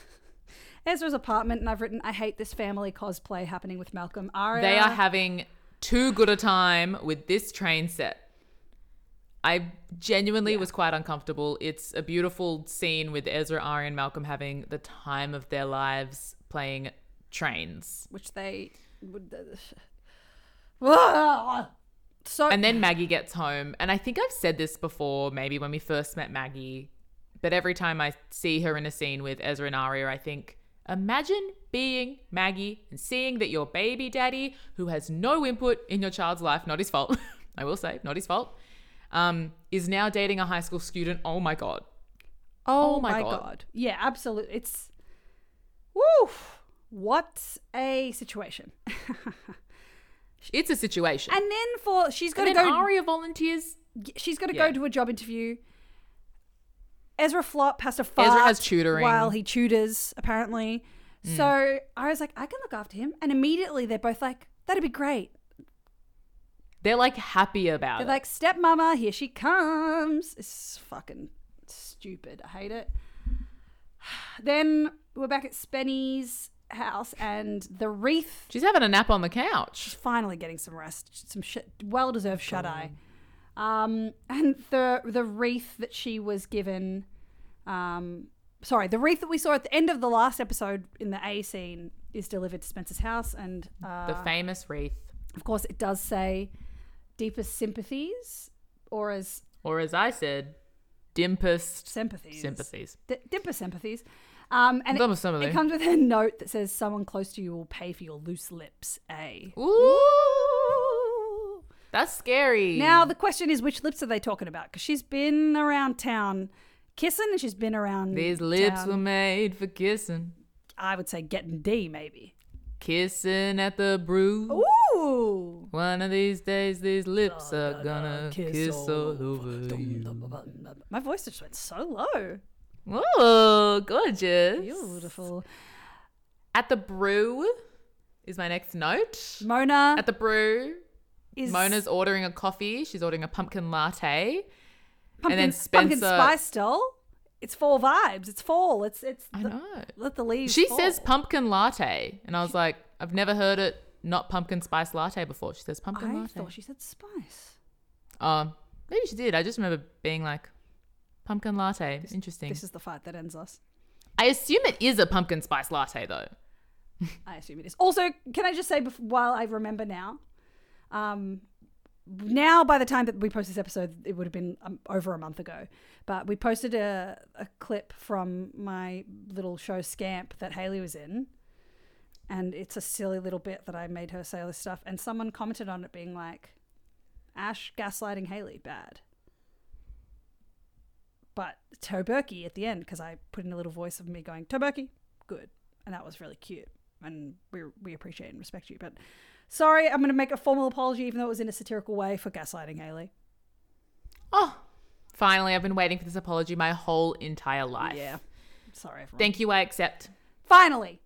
[SPEAKER 1] Ezra's apartment, and I've written, "I hate this family cosplay happening with Malcolm." Aria,
[SPEAKER 3] They are having too good a time with this train set. I genuinely was quite uncomfortable. It's a beautiful scene with Ezra, Ari, and Malcolm having the time of their lives playing trains.
[SPEAKER 1] which they would. uh, Whoa! so
[SPEAKER 3] And then Maggie gets home. And I think I've said this before, maybe when we first met Maggie, but every time I see her in a scene with Ezra and Aria, I think, imagine being Maggie and seeing that your baby daddy, who has no input in your child's life, not his fault, I will say, not his fault, um, is now dating a high school student. Oh my God.
[SPEAKER 1] Oh,
[SPEAKER 3] Oh my
[SPEAKER 1] my god.
[SPEAKER 3] God.
[SPEAKER 1] Yeah, absolutely. It's woof. What a situation.
[SPEAKER 3] It's a situation.
[SPEAKER 1] and then for she's got
[SPEAKER 3] And,
[SPEAKER 1] to
[SPEAKER 3] then
[SPEAKER 1] go.
[SPEAKER 3] Aria volunteers.
[SPEAKER 1] she's got to
[SPEAKER 3] Yeah.
[SPEAKER 1] go to a job interview. Ezra flop has to fart
[SPEAKER 3] has tutoring. Mm.
[SPEAKER 1] while he tutors apparently. So I was like, I can look after him, and immediately they're both like, "That'd be great."
[SPEAKER 3] They're like happy about
[SPEAKER 1] They're
[SPEAKER 3] it.
[SPEAKER 1] like, "Stepmama, here she comes." It's fucking stupid. I hate it. Then we're back at Spenny's house, and the wreath
[SPEAKER 3] She's having a nap on the couch.
[SPEAKER 1] finally getting some rest, some sh- well deserved shut eye. Um, and the the wreath that she was given, um, sorry, the wreath that we saw at the end of the last episode in the A scene is delivered to Spencer's house, and uh,
[SPEAKER 3] The famous wreath,
[SPEAKER 1] of course it does say deepest sympathies or as
[SPEAKER 3] or as I said, dimpest
[SPEAKER 1] sympathies,
[SPEAKER 3] sympathies.
[SPEAKER 1] D- deeper sympathies. Um, and
[SPEAKER 3] Some
[SPEAKER 1] it,
[SPEAKER 3] of- some of
[SPEAKER 1] it
[SPEAKER 3] them.
[SPEAKER 1] comes with a note that says, "Someone close to you will pay for your loose lips." A.
[SPEAKER 3] Ooh. That's scary.
[SPEAKER 1] Now the question is, which lips are they talking about? Because she's been around town kissing, and she's been around.
[SPEAKER 3] these lips
[SPEAKER 1] town,
[SPEAKER 3] were made for kissing,
[SPEAKER 1] I would say getting D maybe.
[SPEAKER 3] kissing at the brew.
[SPEAKER 1] Ooh.
[SPEAKER 3] One of these days, these lips are gonna kiss, all over you.
[SPEAKER 1] My voice just went so low.
[SPEAKER 3] Oh, gorgeous!
[SPEAKER 1] Beautiful.
[SPEAKER 3] At the brew is my next note.
[SPEAKER 1] Mona
[SPEAKER 3] At the brew,
[SPEAKER 1] Mm. is
[SPEAKER 3] Mona's ordering a coffee. She's ordering a pumpkin latte.
[SPEAKER 1] pumpkin,
[SPEAKER 3] then
[SPEAKER 1] pumpkin
[SPEAKER 3] Spencer-
[SPEAKER 1] spice doll. It's fall vibes. It's fall. It's it's.
[SPEAKER 3] I
[SPEAKER 1] the-
[SPEAKER 3] know.
[SPEAKER 1] Let the leaves.
[SPEAKER 3] She
[SPEAKER 1] fall.
[SPEAKER 3] says pumpkin latte, and I was like, I've never heard it not pumpkin spice latte before. She says pumpkin
[SPEAKER 1] I
[SPEAKER 3] latte.
[SPEAKER 1] thought she said spice.
[SPEAKER 3] Um, maybe she did. I just remember being like, pumpkin latte. Interesting.
[SPEAKER 1] This is the fight that ends us.
[SPEAKER 3] I assume it is a pumpkin spice latte though.
[SPEAKER 1] I assume it is. Also, can I just say, bef- while I remember now, um, now by the time that we post this episode, it would have been um, over a month ago. But we posted a, a clip from my little show Scamp that Haley was in, and it's a silly little bit that I made her say all this stuff, and someone commented on it being like, "Ash gaslighting Haley, bad." But Toberky at the end because I put in a little voice of me going Toberky, good, and that was really cute and we we appreciate and respect you. But sorry, I'm going to make a formal apology, even though it was in a satirical way, for gaslighting Haley.
[SPEAKER 3] Oh, finally, I've been waiting for this apology my whole entire life.
[SPEAKER 1] Yeah, sorry everyone.
[SPEAKER 3] Thank you. I accept.
[SPEAKER 1] Finally,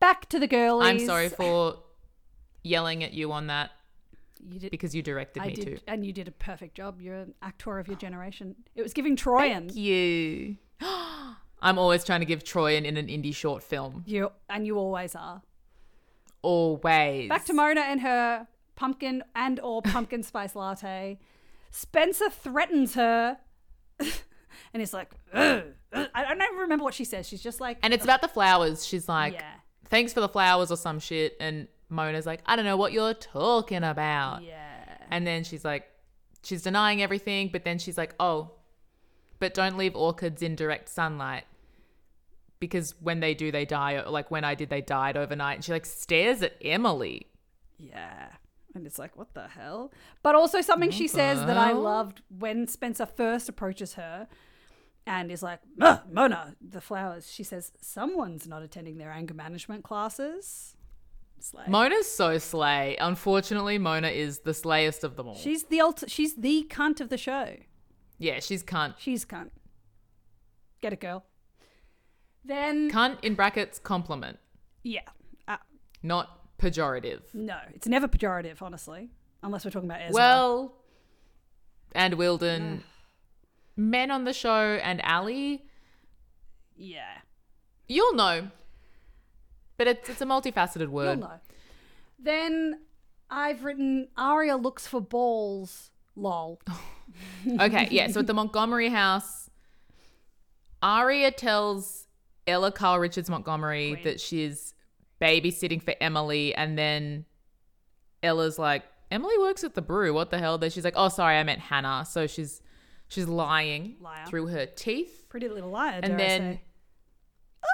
[SPEAKER 1] back to the girlies.
[SPEAKER 3] I'm sorry for yelling at you on that
[SPEAKER 1] you did.
[SPEAKER 3] because you directed
[SPEAKER 1] I
[SPEAKER 3] me
[SPEAKER 1] did,
[SPEAKER 3] to.
[SPEAKER 1] and you did a perfect job. You're an actor of your generation. It was giving Troyan.
[SPEAKER 3] Thank you. I'm always trying to give Troyan in an indie short film.
[SPEAKER 1] You and you always are.
[SPEAKER 3] Always.
[SPEAKER 1] Back to Mona and her pumpkin and or pumpkin spice latte. Spencer threatens her and it's like, "Ugh, ugh." I I don't even remember what she says. She's just like,
[SPEAKER 3] And it's about the flowers. She's like,
[SPEAKER 1] Yeah.
[SPEAKER 3] thanks for the flowers or some shit. And Mona's like, I don't know what you're talking
[SPEAKER 1] Uh,
[SPEAKER 3] about.
[SPEAKER 1] yeah,
[SPEAKER 3] And then she's like, she's denying everything, but then she's like, oh, but don't leave orchids in direct sunlight because when they do, they die. Or like when I did, they died overnight. And she like stares at Emily.
[SPEAKER 1] yeah. And it's like, what the hell? But also something she says that I loved when Spencer first approaches her and is like, "Ugh, Mona, the flowers. She says, someone's not attending their anger management classes. It's like,
[SPEAKER 3] Mona's so slay. Unfortunately, Mona is the slayest of them all.
[SPEAKER 1] she's the ult- she's the cunt of the show.
[SPEAKER 3] yeah, she's cunt.
[SPEAKER 1] She's cunt. Get it, girl. Then
[SPEAKER 3] Cunt in brackets, compliment,
[SPEAKER 1] yeah, uh,
[SPEAKER 3] not pejorative.
[SPEAKER 1] no, it's never pejorative, honestly, unless we're talking about Ezra.
[SPEAKER 3] Well, and Wilden, men on the show, and Ali.
[SPEAKER 1] yeah,
[SPEAKER 3] You'll know, but it's it's a multifaceted
[SPEAKER 1] you'll
[SPEAKER 3] word.
[SPEAKER 1] know. Then I've written Aria looks for balls. Lol.
[SPEAKER 3] Oh. Okay, yeah. So at the Montgomery house, Aria tells Ella Carl Richards Montgomery that she's babysitting for Emily, and then Ella's like, "Emily works at the brew. What the hell?" Then she's like, "Oh, sorry, I meant Hannah." So she's she's lying
[SPEAKER 1] Liar.
[SPEAKER 3] through her teeth,
[SPEAKER 1] Pretty little liar.
[SPEAKER 3] and
[SPEAKER 1] dare I
[SPEAKER 3] then.
[SPEAKER 1] say.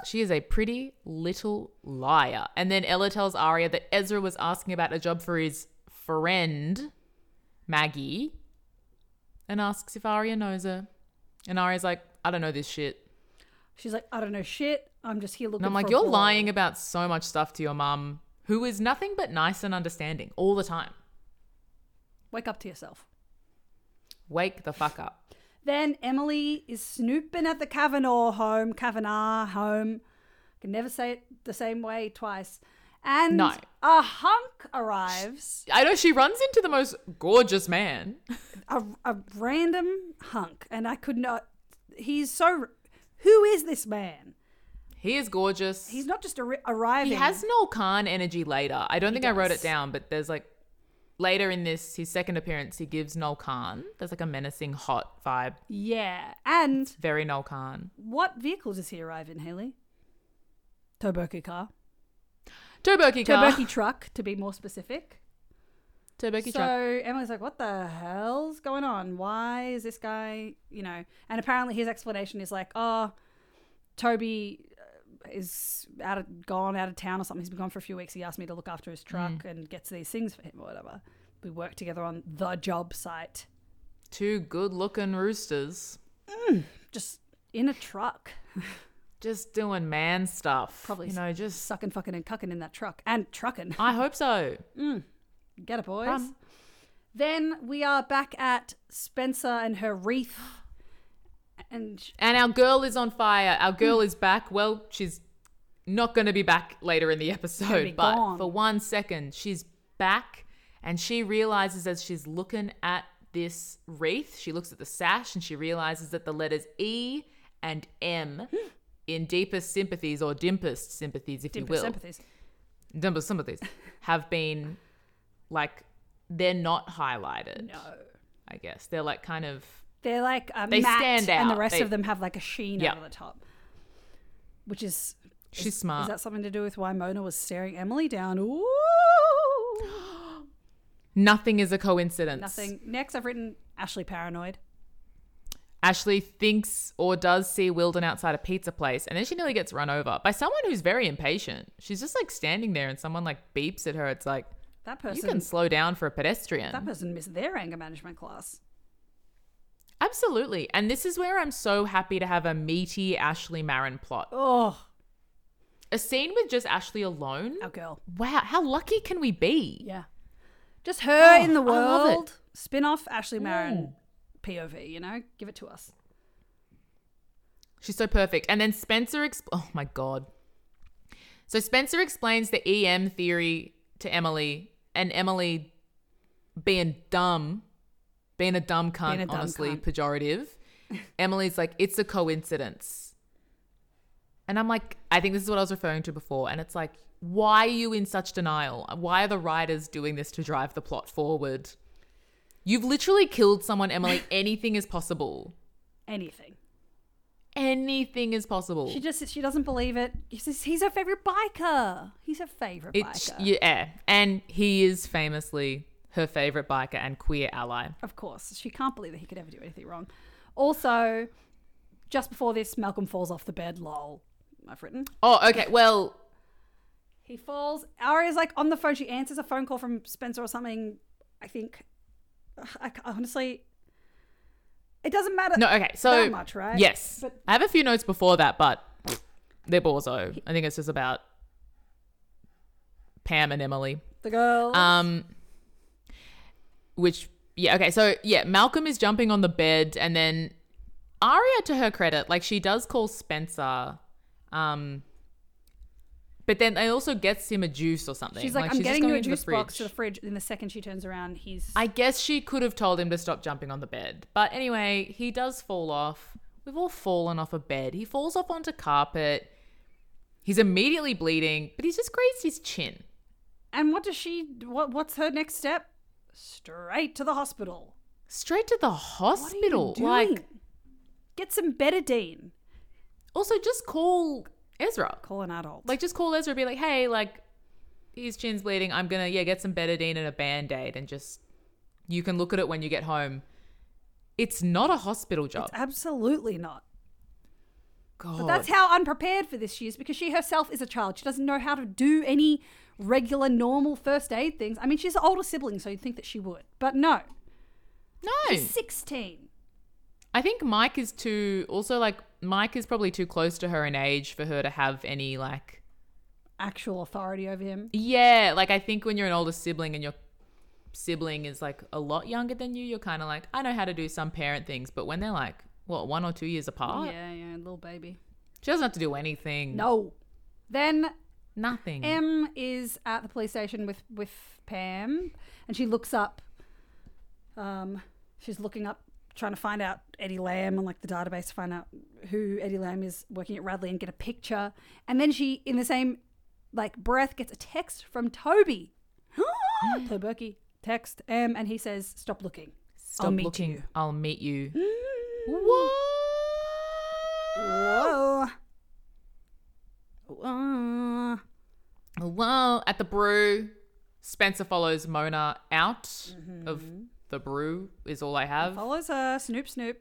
[SPEAKER 3] She is a pretty little liar. And then Ella tells Aria that Ezra was asking about a job for his friend, Maggie, and asks if Aria knows her. And Aria's like, I don't know this shit.
[SPEAKER 1] she's like, I don't know shit. I'm just here looking.
[SPEAKER 3] And I'm like,
[SPEAKER 1] for a
[SPEAKER 3] you're
[SPEAKER 1] ball."
[SPEAKER 3] lying about so much stuff to your mum, who is nothing but nice and understanding all the time.
[SPEAKER 1] Wake up to yourself.
[SPEAKER 3] Wake the fuck up.
[SPEAKER 1] Then Emily is snooping at the Kavanaugh home, Kavanaugh home. I can never say it the same way twice. And
[SPEAKER 3] No.
[SPEAKER 1] a hunk arrives,
[SPEAKER 3] I know she runs into the most gorgeous man.
[SPEAKER 1] a, a random hunk, and I could not. He's so. Who is this man?
[SPEAKER 3] He is gorgeous.
[SPEAKER 1] He's not just arri- arriving.
[SPEAKER 3] He has Noel Khan energy later. I don't think I wrote it down, but there's like later in this, his second appearance, he gives Noel Khan. There's like a menacing, hot vibe.
[SPEAKER 1] Yeah. And
[SPEAKER 3] Very Noel Khan.
[SPEAKER 1] what vehicle does he arrive in, Haley? Toburki car.
[SPEAKER 3] Joe Berkey car.
[SPEAKER 1] Toburki truck, to be more specific.
[SPEAKER 3] Joe Berkey
[SPEAKER 1] so
[SPEAKER 3] truck.
[SPEAKER 1] Emily's like, "What the hell's going on? Why is this guy, you know?" And apparently, his explanation is like, "Oh, Toby uh, is out of gone out of town or something. He's been gone for a few weeks. He asked me to look after his truck and gets these things for him or whatever. We work together on the job site,
[SPEAKER 3] Two good looking roosters.
[SPEAKER 1] just in a truck,
[SPEAKER 3] Just doing man stuff.
[SPEAKER 1] Probably
[SPEAKER 3] You know, just.
[SPEAKER 1] sucking, fucking, and cucking in that truck and trucking.
[SPEAKER 3] I hope so.
[SPEAKER 1] Get it, boys.
[SPEAKER 3] Rum.
[SPEAKER 1] Then we are back at Spencer and her wreath, and sh-
[SPEAKER 3] And our girl is on fire. Our
[SPEAKER 1] Hmm.
[SPEAKER 3] girl is back. Well, she's not going to be back later in the
[SPEAKER 1] be
[SPEAKER 3] episode, but
[SPEAKER 1] gone.
[SPEAKER 3] for one second, she's back and she realizes as she's looking at this wreath, she looks at the sash and she realizes that the letters E and M
[SPEAKER 1] Hmm.
[SPEAKER 3] in deepest sympathies or dimpest sympathies, if you
[SPEAKER 1] deepest
[SPEAKER 3] will,
[SPEAKER 1] sympathies.
[SPEAKER 3] dimpest sympathies, have been like they're not highlighted. No. I guess they're like kind of
[SPEAKER 1] They're like a
[SPEAKER 3] They
[SPEAKER 1] matte,
[SPEAKER 3] stand
[SPEAKER 1] and the
[SPEAKER 3] out.
[SPEAKER 1] rest
[SPEAKER 3] They-
[SPEAKER 1] of them have like a sheen
[SPEAKER 3] Yeah.
[SPEAKER 1] over the top. Which is
[SPEAKER 3] she's smart.
[SPEAKER 1] is that something to do with why Mona was staring Emily down? Ooh,
[SPEAKER 3] Nothing is a coincidence.
[SPEAKER 1] nothing. Next, I've written Ashley paranoid.
[SPEAKER 3] Ashley thinks or does see Wilden outside a pizza place, and then she nearly gets run over by someone who's very impatient. She's just like standing there, and someone like beeps at her. It's like
[SPEAKER 1] That
[SPEAKER 3] you
[SPEAKER 1] person.
[SPEAKER 3] can slow down for a pedestrian.
[SPEAKER 1] That person missed their anger management class.
[SPEAKER 3] Absolutely, and this is where I'm so happy to have a meaty Ashley Marin plot,
[SPEAKER 1] Oh,
[SPEAKER 3] a scene with just Ashley alone.
[SPEAKER 1] our girl.
[SPEAKER 3] Wow, how lucky can we be?
[SPEAKER 1] Yeah, just her
[SPEAKER 3] Oh,
[SPEAKER 1] in the
[SPEAKER 3] I love it.
[SPEAKER 1] world. Spin off Ashley Marin POV. You know, give it to us.
[SPEAKER 3] She's so perfect. And then Spencer, exp- oh my God. So Spencer explains the EM theory to Emily, and Emily being dumb, being a dumb cunt,
[SPEAKER 1] Being a dumb
[SPEAKER 3] honestly,
[SPEAKER 1] cunt.
[SPEAKER 3] pejorative. Emily's like, it's a coincidence. And I'm like, I think this is what I was referring to before. And it's like, why are you in such denial? Why are the writers doing this to drive the plot forward? You've literally killed someone, Emily. Anything is possible.
[SPEAKER 1] Anything.
[SPEAKER 3] Anything is possible.
[SPEAKER 1] She just she doesn't believe it. He says he's her favorite biker. He's her favorite
[SPEAKER 3] it's
[SPEAKER 1] biker.
[SPEAKER 3] yeah, and he is famously her favorite biker and queer ally.
[SPEAKER 1] Of course, she can't believe that he could ever do anything wrong. Also, just before this, Malcolm falls off the bed. Lol, I've written.
[SPEAKER 3] Oh, okay. Well,
[SPEAKER 1] He falls. Aria's like on the phone. She answers a phone call from Spencer or something. I think. Ugh, I ca- honestly, it doesn't matter.
[SPEAKER 3] no, okay. So
[SPEAKER 1] that much, right?
[SPEAKER 3] Yes,
[SPEAKER 1] But-
[SPEAKER 3] I have a few notes before that, but they're borzo. I think it's just about Pam and Emily.
[SPEAKER 1] The girl.
[SPEAKER 3] Um, which yeah, okay, so yeah, Malcolm is jumping on the bed, and then Aria, to her credit, like she does call Spencer, um, but then they also gets him a juice or something.
[SPEAKER 1] she's like, I'm
[SPEAKER 3] just
[SPEAKER 1] getting you
[SPEAKER 3] going
[SPEAKER 1] a
[SPEAKER 3] into the
[SPEAKER 1] juice box to the
[SPEAKER 3] fridge."
[SPEAKER 1] fridge. Then the second she turns around, he's.
[SPEAKER 3] I guess she could have told him to stop jumping on the bed, but anyway, he does fall off. We've all fallen off a bed. He falls off onto carpet. He's immediately bleeding, but he's just grazed his chin.
[SPEAKER 1] and what does she? What What's her next step? Straight to the hospital.
[SPEAKER 3] Straight to the hospital. Like
[SPEAKER 1] Doing. get some betadine.
[SPEAKER 3] Also, just call Ezra.
[SPEAKER 1] Call an adult.
[SPEAKER 3] Like, just call Ezra. Be like, hey, like, his chin's bleeding. I'm gonna yeah get some betadine and a band aid, and just you can look at it when you get home. It's not a hospital job.
[SPEAKER 1] absolutely not.
[SPEAKER 3] God,
[SPEAKER 1] But that's how unprepared for this she is because she herself is a child. She doesn't know how to do any regular, normal first aid things. I mean, she's an older sibling, so you'd think that she would, but no.
[SPEAKER 3] no.
[SPEAKER 1] She's 16.
[SPEAKER 3] I think Mike is too. Also, like, Mike is probably too close to her in age for her to have any like.
[SPEAKER 1] Actual authority over him.
[SPEAKER 3] Yeah, like I think when you're an older sibling and your sibling is like a lot younger than you, you're kind of like, I know how to do some parent things, but when they're like what one or two years apart,
[SPEAKER 1] Yeah, yeah, little baby.
[SPEAKER 3] she doesn't have to do anything.
[SPEAKER 1] No. Then
[SPEAKER 3] Nothing.
[SPEAKER 1] M is at the police station with with Pam, and she looks up. Um, she's looking up, trying to find out Eddie Lamb on like the database to find out who Eddie Lamb is working at Radley and get a picture. And then she, in the same like breath, gets a text from Toby. Toberky text M, and he says, "Stop looking.
[SPEAKER 3] Stop
[SPEAKER 1] I'll meet
[SPEAKER 3] looking.
[SPEAKER 1] you."
[SPEAKER 3] I'll meet you. What?
[SPEAKER 1] Whoa. Whoa. Mm.
[SPEAKER 3] Well, at the brew, Spencer follows Mona out
[SPEAKER 1] Mm-hmm.
[SPEAKER 3] of the brew. Is all I have.
[SPEAKER 1] Follows her. Snoop, Snoop.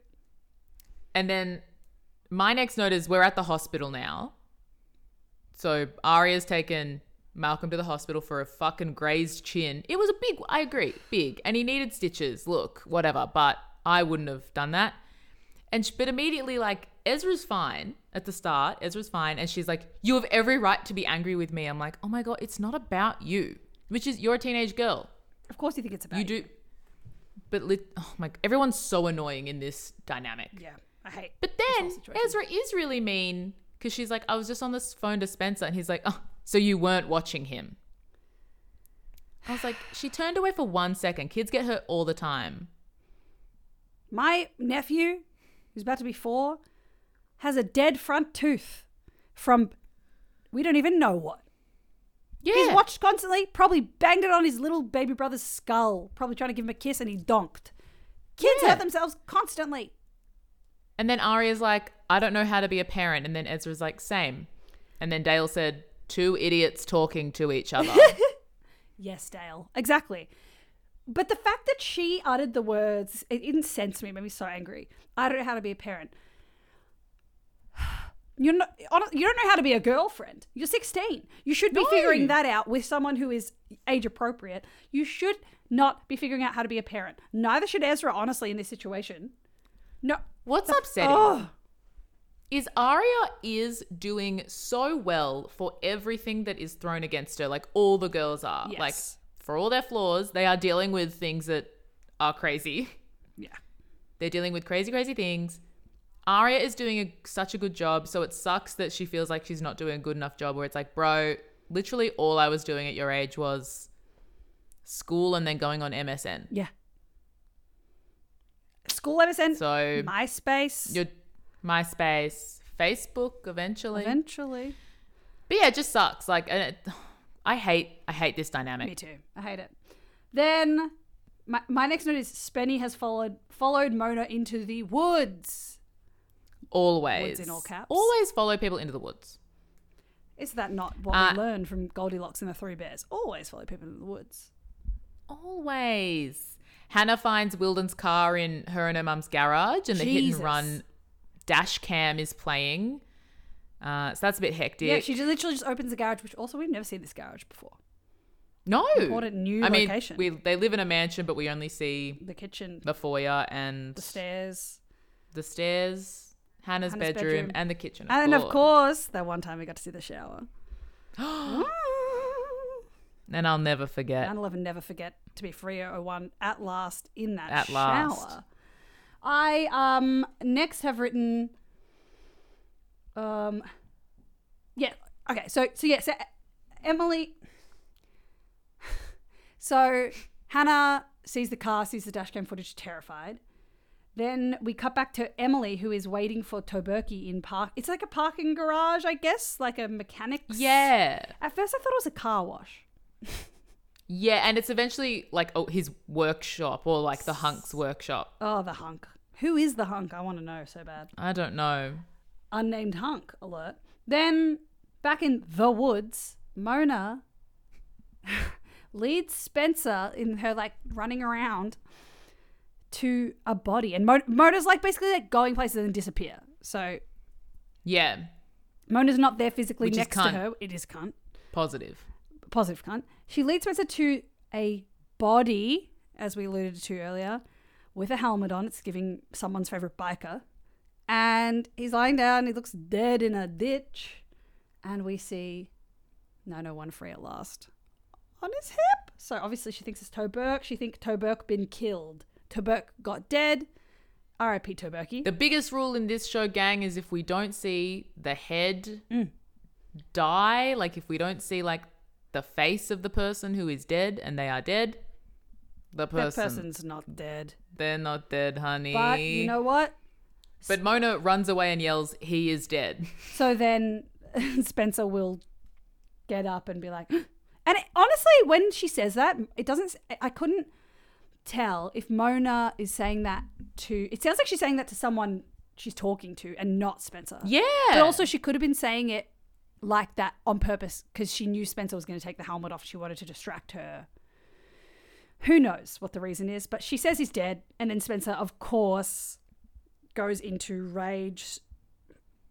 [SPEAKER 3] And then my next note is we're at the hospital now. So Aria's taken Malcolm to the hospital for a fucking grazed chin. It was a big, I agree, big. And he needed stitches, look, whatever. But I wouldn't have done that. And she, but immediately, like, Ezra's fine at the start. Ezra's fine. And she's like, You have every right to be angry with me. I'm like, Oh my God, it's not about you, which is you're a teenage girl.
[SPEAKER 1] Of course, you think it's about
[SPEAKER 3] You do. But lit- oh my, everyone's so annoying in this dynamic.
[SPEAKER 1] Yeah, I hate.
[SPEAKER 3] But then Ezra is really mean because she's like, I was just on this phone to Spencer, and he's like, Oh, so you weren't watching him. I was like, she turned away for one second. Kids get hurt all the time.
[SPEAKER 1] My nephew, who's about to be four, has a dead front tooth from we don't even know what.
[SPEAKER 3] Yeah.
[SPEAKER 1] He's watched constantly, probably banged it on his little baby brother's skull, probably trying to give him a kiss, and he donked. Kids
[SPEAKER 3] Yeah.
[SPEAKER 1] hurt themselves constantly.
[SPEAKER 3] and then Arya's like, I don't know how to be a parent. And then Ezra's like, same. And then Dale said, two idiots talking to each other.
[SPEAKER 1] Yes, Dale. Exactly. But the fact that she uttered the words, it incensed me, it made me so angry. I don't know how to be a parent. You're not, hon- you don't know how to be a girlfriend. You're 16. You should be figuring that out with someone who is age appropriate. You should not be figuring out how to be a parent. Neither should Ezra, honestly, in this situation. No.
[SPEAKER 3] What's upsetting?
[SPEAKER 1] Oh,
[SPEAKER 3] is Arya is doing so well for everything that is thrown against her. Like all the girls are. Like
[SPEAKER 1] Yes.
[SPEAKER 3] for all their flaws, they are dealing with things that are crazy.
[SPEAKER 1] yeah.
[SPEAKER 3] They're dealing with crazy, crazy things. Arya is doing a, such a good job, so it sucks that she feels like she's not doing a good enough job. Where it's like, bro, literally all I was doing at your age was school and then going on MSN.
[SPEAKER 1] Yeah. School MSN,
[SPEAKER 3] So
[SPEAKER 1] MySpace.
[SPEAKER 3] your MySpace, Facebook, eventually.
[SPEAKER 1] eventually.
[SPEAKER 3] But yeah, it just sucks. Like, and it, I hate, I hate this dynamic.
[SPEAKER 1] Me too. I hate it. Then my, my next note is Spenny has followed followed Mona into the woods.
[SPEAKER 3] Always.
[SPEAKER 1] all caps.
[SPEAKER 3] Always follow people into the woods.
[SPEAKER 1] Is that not what
[SPEAKER 3] Uh,
[SPEAKER 1] we learned from Goldilocks and the Three Bears? Always follow people in the woods.
[SPEAKER 3] Always. Hannah finds Wilden's car in her and her mum's garage, and the hit
[SPEAKER 1] Jesus.
[SPEAKER 3] and run dash cam is playing. Uh, so that's a bit hectic.
[SPEAKER 1] Yeah, she just literally just opens the garage, which also we've never seen this garage before.
[SPEAKER 3] no
[SPEAKER 1] Important new
[SPEAKER 3] I mean,
[SPEAKER 1] location.
[SPEAKER 3] we they live in a mansion, but we only see
[SPEAKER 1] The kitchen,
[SPEAKER 3] the foyer and
[SPEAKER 1] the stairs,
[SPEAKER 3] the stairs, Hannah's,
[SPEAKER 1] Hannah's
[SPEAKER 3] bedroom,
[SPEAKER 1] bedroom.
[SPEAKER 3] and the kitchen.
[SPEAKER 1] and of course, that one time we got to see the shower.
[SPEAKER 3] and I'll never forget.
[SPEAKER 1] 9/11 never forget to be free 01 at last in that
[SPEAKER 3] At
[SPEAKER 1] shower.
[SPEAKER 3] last.
[SPEAKER 1] I um next have written um yeah okay so so yeah so Emily so Hannah sees the car sees the dashcam footage terrified then we cut back to Emily who is waiting for Toberki in park it's like a parking garage I guess like a mechanics
[SPEAKER 3] Yeah,
[SPEAKER 1] at first I thought it was a car wash
[SPEAKER 3] yeah, and it's eventually like oh, his workshop or like the hunks workshop.
[SPEAKER 1] Oh, the hunk. Who is the hunk? I want to know so bad.
[SPEAKER 3] I don't know.
[SPEAKER 1] Unnamed hunk alert. Then back in the woods, Mona leads Spencer in her like running around to a body, and Mon- Mona's like basically like going places and disappear. So
[SPEAKER 3] Yeah,
[SPEAKER 1] Mona's not there physically
[SPEAKER 3] Which is
[SPEAKER 1] next to
[SPEAKER 3] cunt.
[SPEAKER 1] her. It is cunt.
[SPEAKER 3] positive.
[SPEAKER 1] positive cunt. She leads Spencer to a body, as we alluded to earlier, with a helmet on. It's giving someone's favorite biker. And he's lying down. He looks dead in a ditch. And we see 901 free at last on his hip. So obviously she thinks it's Toberk. She thinks Toberk been killed. Toberk got dead. R.I.P. Toberky.
[SPEAKER 3] The biggest rule in this show, gang, is if we don't see the head
[SPEAKER 1] Mm.
[SPEAKER 3] die, like if we don't see like the face of the person who is dead and they are dead, the
[SPEAKER 1] That
[SPEAKER 3] person,
[SPEAKER 1] person's not dead.
[SPEAKER 3] they're not dead, honey.
[SPEAKER 1] But you know what?
[SPEAKER 3] But Mona runs away and yells, "He is dead."
[SPEAKER 1] So then Spencer will get up and be like, and it, honestly, when she says that, it doesn't. I couldn't tell if Mona is saying that to. It sounds like she's saying that to someone she's talking to, and not Spencer.
[SPEAKER 3] Yeah.
[SPEAKER 1] But also, she could have been saying it like that on purpose because she knew Spencer was going to take the helmet off. She wanted to distract her. Who knows what the reason is? But she says he's dead, and then Spencer, of course, goes into rage.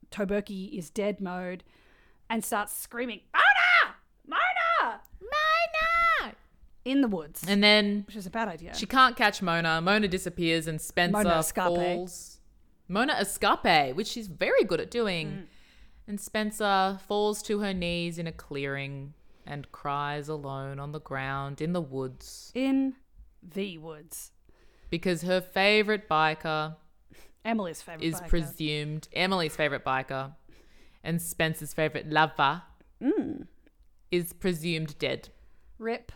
[SPEAKER 1] Toberki is dead mode, and starts screaming, "Mona! Mona! Mona!" in the woods,
[SPEAKER 3] and then
[SPEAKER 1] which is a bad idea.
[SPEAKER 3] she can't catch Mona. Mona disappears and Spencer
[SPEAKER 1] Mona Escape.
[SPEAKER 3] falls. Mona Escape, which she's very good at doing.
[SPEAKER 1] Hmm.
[SPEAKER 3] And Spencer falls to her knees in a clearing and cries alone on the ground in the woods
[SPEAKER 1] in the woods,
[SPEAKER 3] because her favorite biker
[SPEAKER 1] Emily's favorite
[SPEAKER 3] is
[SPEAKER 1] biker.
[SPEAKER 3] presumed Emily's favorite biker and Spencer's favorite lover
[SPEAKER 1] Hmm.
[SPEAKER 3] is presumed dead,
[SPEAKER 1] Rip.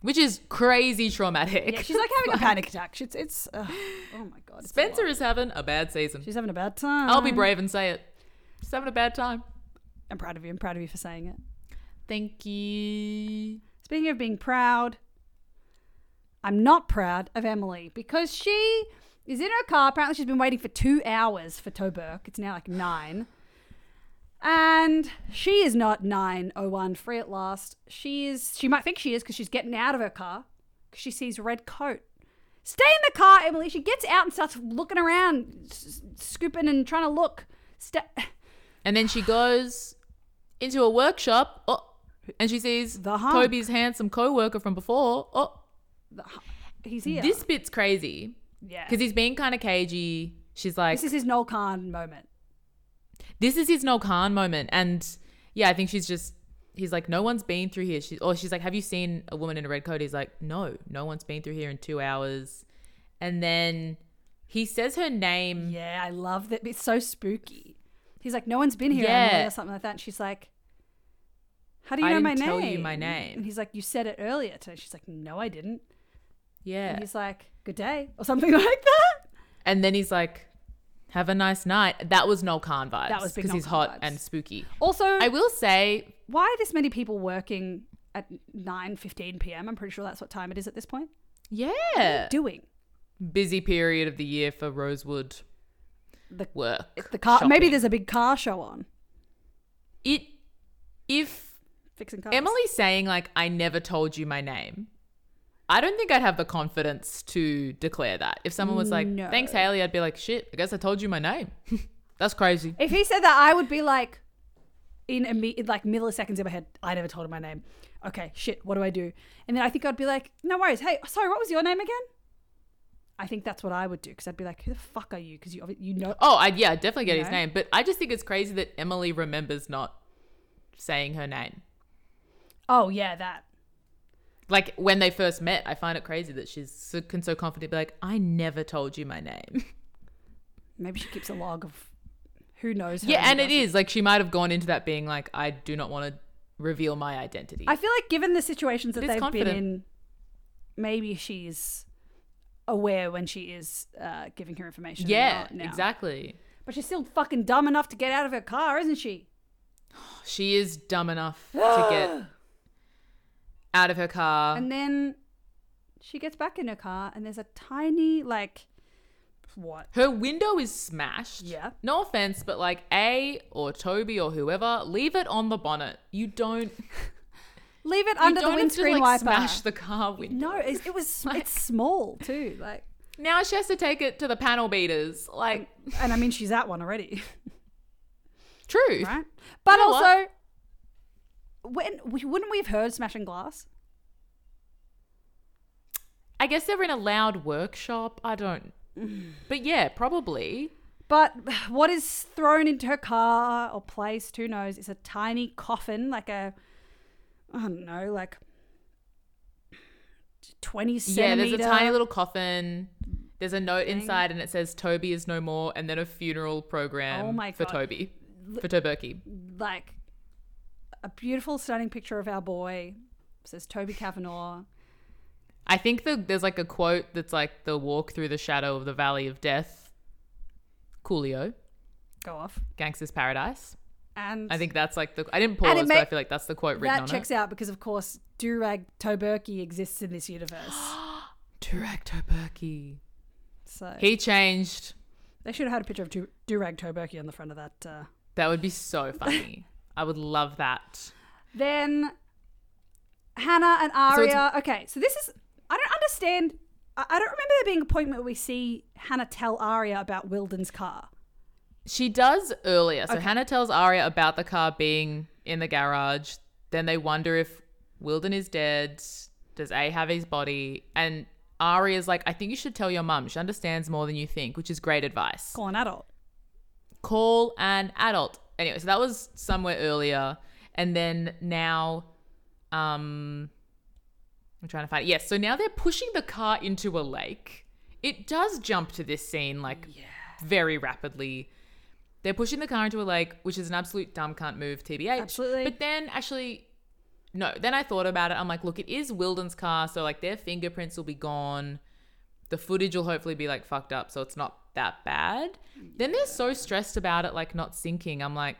[SPEAKER 3] which is crazy traumatic.
[SPEAKER 1] Yeah, she's like having a panic attack. She's it's uh, oh my god. it's a
[SPEAKER 3] Spencer
[SPEAKER 1] lot.
[SPEAKER 3] is having a bad season.
[SPEAKER 1] She's having a bad time.
[SPEAKER 3] I'll be brave and say it. She's having a bad time.
[SPEAKER 1] I'm proud of you. I'm proud of you for saying it.
[SPEAKER 3] Thank you.
[SPEAKER 1] Speaking of being proud, I'm not proud of Emily because she is in her car. Apparently, she's been waiting for two hours for Toberk. It's now like nine. And she is not 901 free at last. She is, she might think she is because she's getting out of her car because she sees red coat. Stay in the car, Emily. She gets out and starts looking around, s- s- scooping and trying to look. Sta
[SPEAKER 3] And then she goes into a workshop oh, and she sees
[SPEAKER 1] The hunk.
[SPEAKER 3] Toby's handsome co worker from before. Oh,
[SPEAKER 1] He's here.
[SPEAKER 3] This bit's crazy
[SPEAKER 1] yeah.
[SPEAKER 3] because he's being kind of cagey. She's like,
[SPEAKER 1] This is his Noel Khan moment.
[SPEAKER 3] this is his no Khan moment. And yeah, I think she's just, he's like, no one's been through here. She, or she's like, have you seen a woman in a red coat? He's like, no, no one's been through here in two hours. And then he says her name.
[SPEAKER 1] Yeah, I love that. It's so spooky. He's like, no one's been here
[SPEAKER 3] Yeah.
[SPEAKER 1] Emily," or something like that. And she's like, how do you
[SPEAKER 3] I
[SPEAKER 1] know
[SPEAKER 3] didn't
[SPEAKER 1] my name?
[SPEAKER 3] tell you my name.
[SPEAKER 1] And he's like, you said it earlier today. She's like, no, I didn't.
[SPEAKER 3] Yeah.
[SPEAKER 1] And he's like, good day or something like that.
[SPEAKER 3] And then he's like, "Have a nice night." That was Noel Khan vibes.
[SPEAKER 1] That was big
[SPEAKER 3] because
[SPEAKER 1] Noel
[SPEAKER 3] he's
[SPEAKER 1] Khan
[SPEAKER 3] hot
[SPEAKER 1] vibes.
[SPEAKER 3] and spooky.
[SPEAKER 1] Also,
[SPEAKER 3] I will say,
[SPEAKER 1] why are this many people working at 9.15 p.m.? I'm pretty sure that's what time it is at this point.
[SPEAKER 3] yeah,
[SPEAKER 1] Doing.
[SPEAKER 3] busy period of the year for Rosewood.
[SPEAKER 1] the
[SPEAKER 3] work.
[SPEAKER 1] the car. Maybe
[SPEAKER 3] shopping.
[SPEAKER 1] there's a big car show on
[SPEAKER 3] it if
[SPEAKER 1] fixing cars.
[SPEAKER 3] Emily saying like I never told you my name. I don't think I'd have the confidence to declare that. If someone was like,
[SPEAKER 1] No.
[SPEAKER 3] "Thanks, Haley," I'd be like, "Shit, I guess I told you my name." That's crazy.
[SPEAKER 1] If he said that, I would be like, in a me- in like milliseconds in my head, I never told him my name. Okay, shit, what do I do? And then I think I'd be like, no worries. Hey, sorry, what was your name again? I think that's what I would do because I'd be like, who the fuck are you? Because you obvi- you know.
[SPEAKER 3] Oh, I yeah, I'd definitely get his
[SPEAKER 1] No.
[SPEAKER 3] name, but I just think it's crazy that Emily remembers not saying her name.
[SPEAKER 1] Oh yeah, that.
[SPEAKER 3] Like when they first met, I find it crazy that she's so, can so confidently be like, "I never told you my name."
[SPEAKER 1] Maybe she keeps a log of who knows. Her
[SPEAKER 3] yeah, and
[SPEAKER 1] who
[SPEAKER 3] it is like she might have gone into that being like, "I do not want to reveal my identity."
[SPEAKER 1] I feel like given the situations that
[SPEAKER 3] But
[SPEAKER 1] they've
[SPEAKER 3] it's confident.
[SPEAKER 1] been in, maybe she's aware when she is uh, giving her information. and
[SPEAKER 3] yeah,
[SPEAKER 1] not now.
[SPEAKER 3] exactly.
[SPEAKER 1] But she's still fucking dumb enough to get out of her car, isn't she?
[SPEAKER 3] She is dumb enough to get out of her car.
[SPEAKER 1] And then she gets back in her car, and there's a tiny like what?
[SPEAKER 3] her window is smashed.
[SPEAKER 1] Yeah.
[SPEAKER 3] No offense, but like A or Toby or whoever, leave it on the bonnet. You don't
[SPEAKER 1] Leave it
[SPEAKER 3] you
[SPEAKER 1] under the
[SPEAKER 3] don't have to,
[SPEAKER 1] windscreen
[SPEAKER 3] like,
[SPEAKER 1] wiper.
[SPEAKER 3] Smash the car window.
[SPEAKER 1] no, it's, it was it's small too. Like,
[SPEAKER 3] Now she has to take it to the panel beaters. Like
[SPEAKER 1] and I mean she's at one already,
[SPEAKER 3] true.
[SPEAKER 1] right? But
[SPEAKER 3] know what?
[SPEAKER 1] also, when we- wouldn't we have heard smashing glass?
[SPEAKER 3] I guess they're in a loud workshop. I don't But yeah, probably.
[SPEAKER 1] But what is thrown into her car or placed, who knows, is a tiny coffin, like a, I don't know, like 20
[SPEAKER 3] Yeah,
[SPEAKER 1] centimeter.
[SPEAKER 3] there's a tiny little coffin. There's a note inside and it says Toby is no more and then a funeral program
[SPEAKER 1] Oh my
[SPEAKER 3] for
[SPEAKER 1] God.
[SPEAKER 3] Toby. For Toberky.
[SPEAKER 1] like a beautiful, stunning picture of our boy. Says Toby Kavanaugh.
[SPEAKER 3] I think the, there's like a quote that's like the walk through the shadow of the valley of death. Coolio,
[SPEAKER 1] Go off.
[SPEAKER 3] Gangster's Paradise.
[SPEAKER 1] And
[SPEAKER 3] I think that's like the. I didn't pause,
[SPEAKER 1] And it
[SPEAKER 3] but I
[SPEAKER 1] ma-
[SPEAKER 3] feel like that's the quote written
[SPEAKER 1] that
[SPEAKER 3] on
[SPEAKER 1] checks out because, of course, Durag Toberky exists in this universe.
[SPEAKER 3] it. Direct Toberky.
[SPEAKER 1] So
[SPEAKER 3] He changed.
[SPEAKER 1] they should have had a picture of Du- Durag Toberky on the front of that. Uh,
[SPEAKER 3] That would be so funny. I would love that.
[SPEAKER 1] Then Hannah and
[SPEAKER 3] So it's-
[SPEAKER 1] Aria. okay, so this is I don't understand. I I don't remember there being a point where we see Hannah tell Aria about Wilden's car.
[SPEAKER 3] She does earlier. So Hannah tells Arya about the car being in the garage. Then they wonder if Wilden is dead. Does A have his body? And Arya's like, I think you should tell your mum. She understands more than you think, which is great advice.
[SPEAKER 1] Call an adult.
[SPEAKER 3] Call an adult. Anyway, so that was somewhere earlier. And then now, um, I'm trying to find it. Yes, so now they're pushing the car into a lake. It does jump to this scene like very rapidly. They're pushing the car into a lake, which is an absolute dumb cunt move, TBH.
[SPEAKER 1] Absolutely.
[SPEAKER 3] But then actually, no, then I thought about it. I'm like, look, it is Wilden's car, so like their fingerprints will be gone. The footage will hopefully be like fucked up, so it's not that bad. Then they're so stressed about it, like not sinking. I'm like,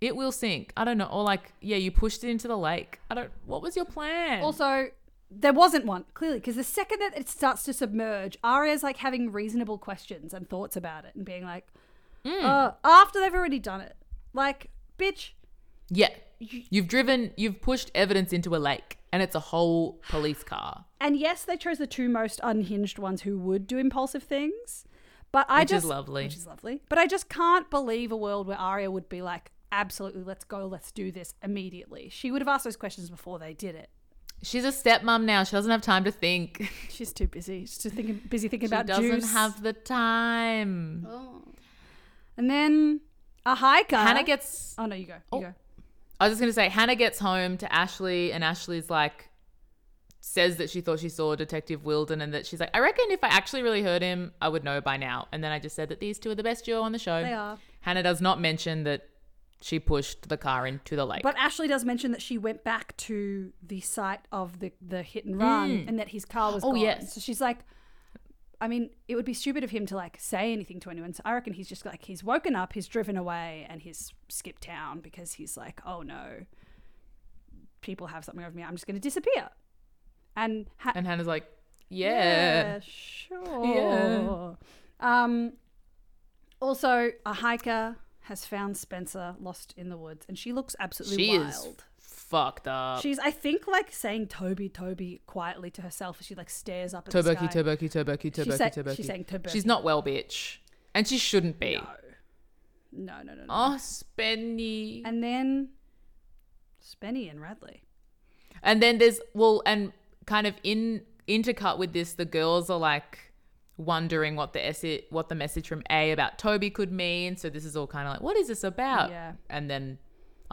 [SPEAKER 3] it will sink. I don't know. Or like, yeah, you pushed it into the lake. I don't. What was your plan?
[SPEAKER 1] Also, there wasn't one clearly because the second that it starts to submerge, Arya's like having reasonable questions and thoughts about it and being like,
[SPEAKER 3] Hmm.
[SPEAKER 1] uh, after they've already done it, like, bitch,
[SPEAKER 3] Yeah. You've driven, you've pushed evidence into a lake, and it's a whole police car.
[SPEAKER 1] And yes, they chose the two most unhinged ones who would do impulsive things. But I
[SPEAKER 3] Which is
[SPEAKER 1] just
[SPEAKER 3] lovely.
[SPEAKER 1] Which is lovely. But I just can't believe a world where Arya would be like, absolutely, let's go, let's do this immediately. She would have asked those questions before they did it.
[SPEAKER 3] She's a stepmom now. She doesn't have time to think.
[SPEAKER 1] She's too busy. She's too thinking, busy thinking
[SPEAKER 3] She
[SPEAKER 1] about
[SPEAKER 3] doesn't
[SPEAKER 1] juice.
[SPEAKER 3] have the time.
[SPEAKER 1] Oh. And then a hiker.
[SPEAKER 3] Hannah gets.
[SPEAKER 1] Oh no, you go. You
[SPEAKER 3] Oh.
[SPEAKER 1] go.
[SPEAKER 3] I was just gonna say, Hannah gets home to Ashley, and Ashley's like, says that she thought she saw Detective Wilden, and that she's like, I reckon if I actually really heard him, I would know by now. And then I just said that these two are the best duo on the show.
[SPEAKER 1] They are.
[SPEAKER 3] Hannah does not mention that she pushed the car into the lake.
[SPEAKER 1] But Ashley does mention that she went back to the site of the, the hit and run and that his car was
[SPEAKER 3] Oh,
[SPEAKER 1] gone.
[SPEAKER 3] yes.
[SPEAKER 1] So she's like, I mean, it would be stupid of him to like say anything to anyone. So I reckon he's just like, he's woken up, he's driven away, and he's skipped town because he's like, oh no, people have something over me. I'm just going to disappear. And, ha-
[SPEAKER 3] and Hannah's like, yeah.
[SPEAKER 1] sure. Um, Also, a hiker has found Spencer lost in the woods, and she looks absolutely
[SPEAKER 3] She is
[SPEAKER 1] wild.
[SPEAKER 3] fucked up.
[SPEAKER 1] She's, I think, like saying Toby, Toby quietly to herself as she like stares up at the sky.
[SPEAKER 3] Turbucky, turbucky, turbucky, turbucky,
[SPEAKER 1] sa-
[SPEAKER 3] turbucky.
[SPEAKER 1] she's saying turbucky.
[SPEAKER 3] She's not well, bitch. And she shouldn't be.
[SPEAKER 1] No, no, no, no.
[SPEAKER 3] Oh, Spenny. And-,
[SPEAKER 1] And then Spenny and Radley.
[SPEAKER 3] then there's, well, and kind of in intercut with this, the girls are like wondering what the essay, what the message from A about Toby could mean. So this is all kind of like, what is this about?
[SPEAKER 1] Yeah.
[SPEAKER 3] And then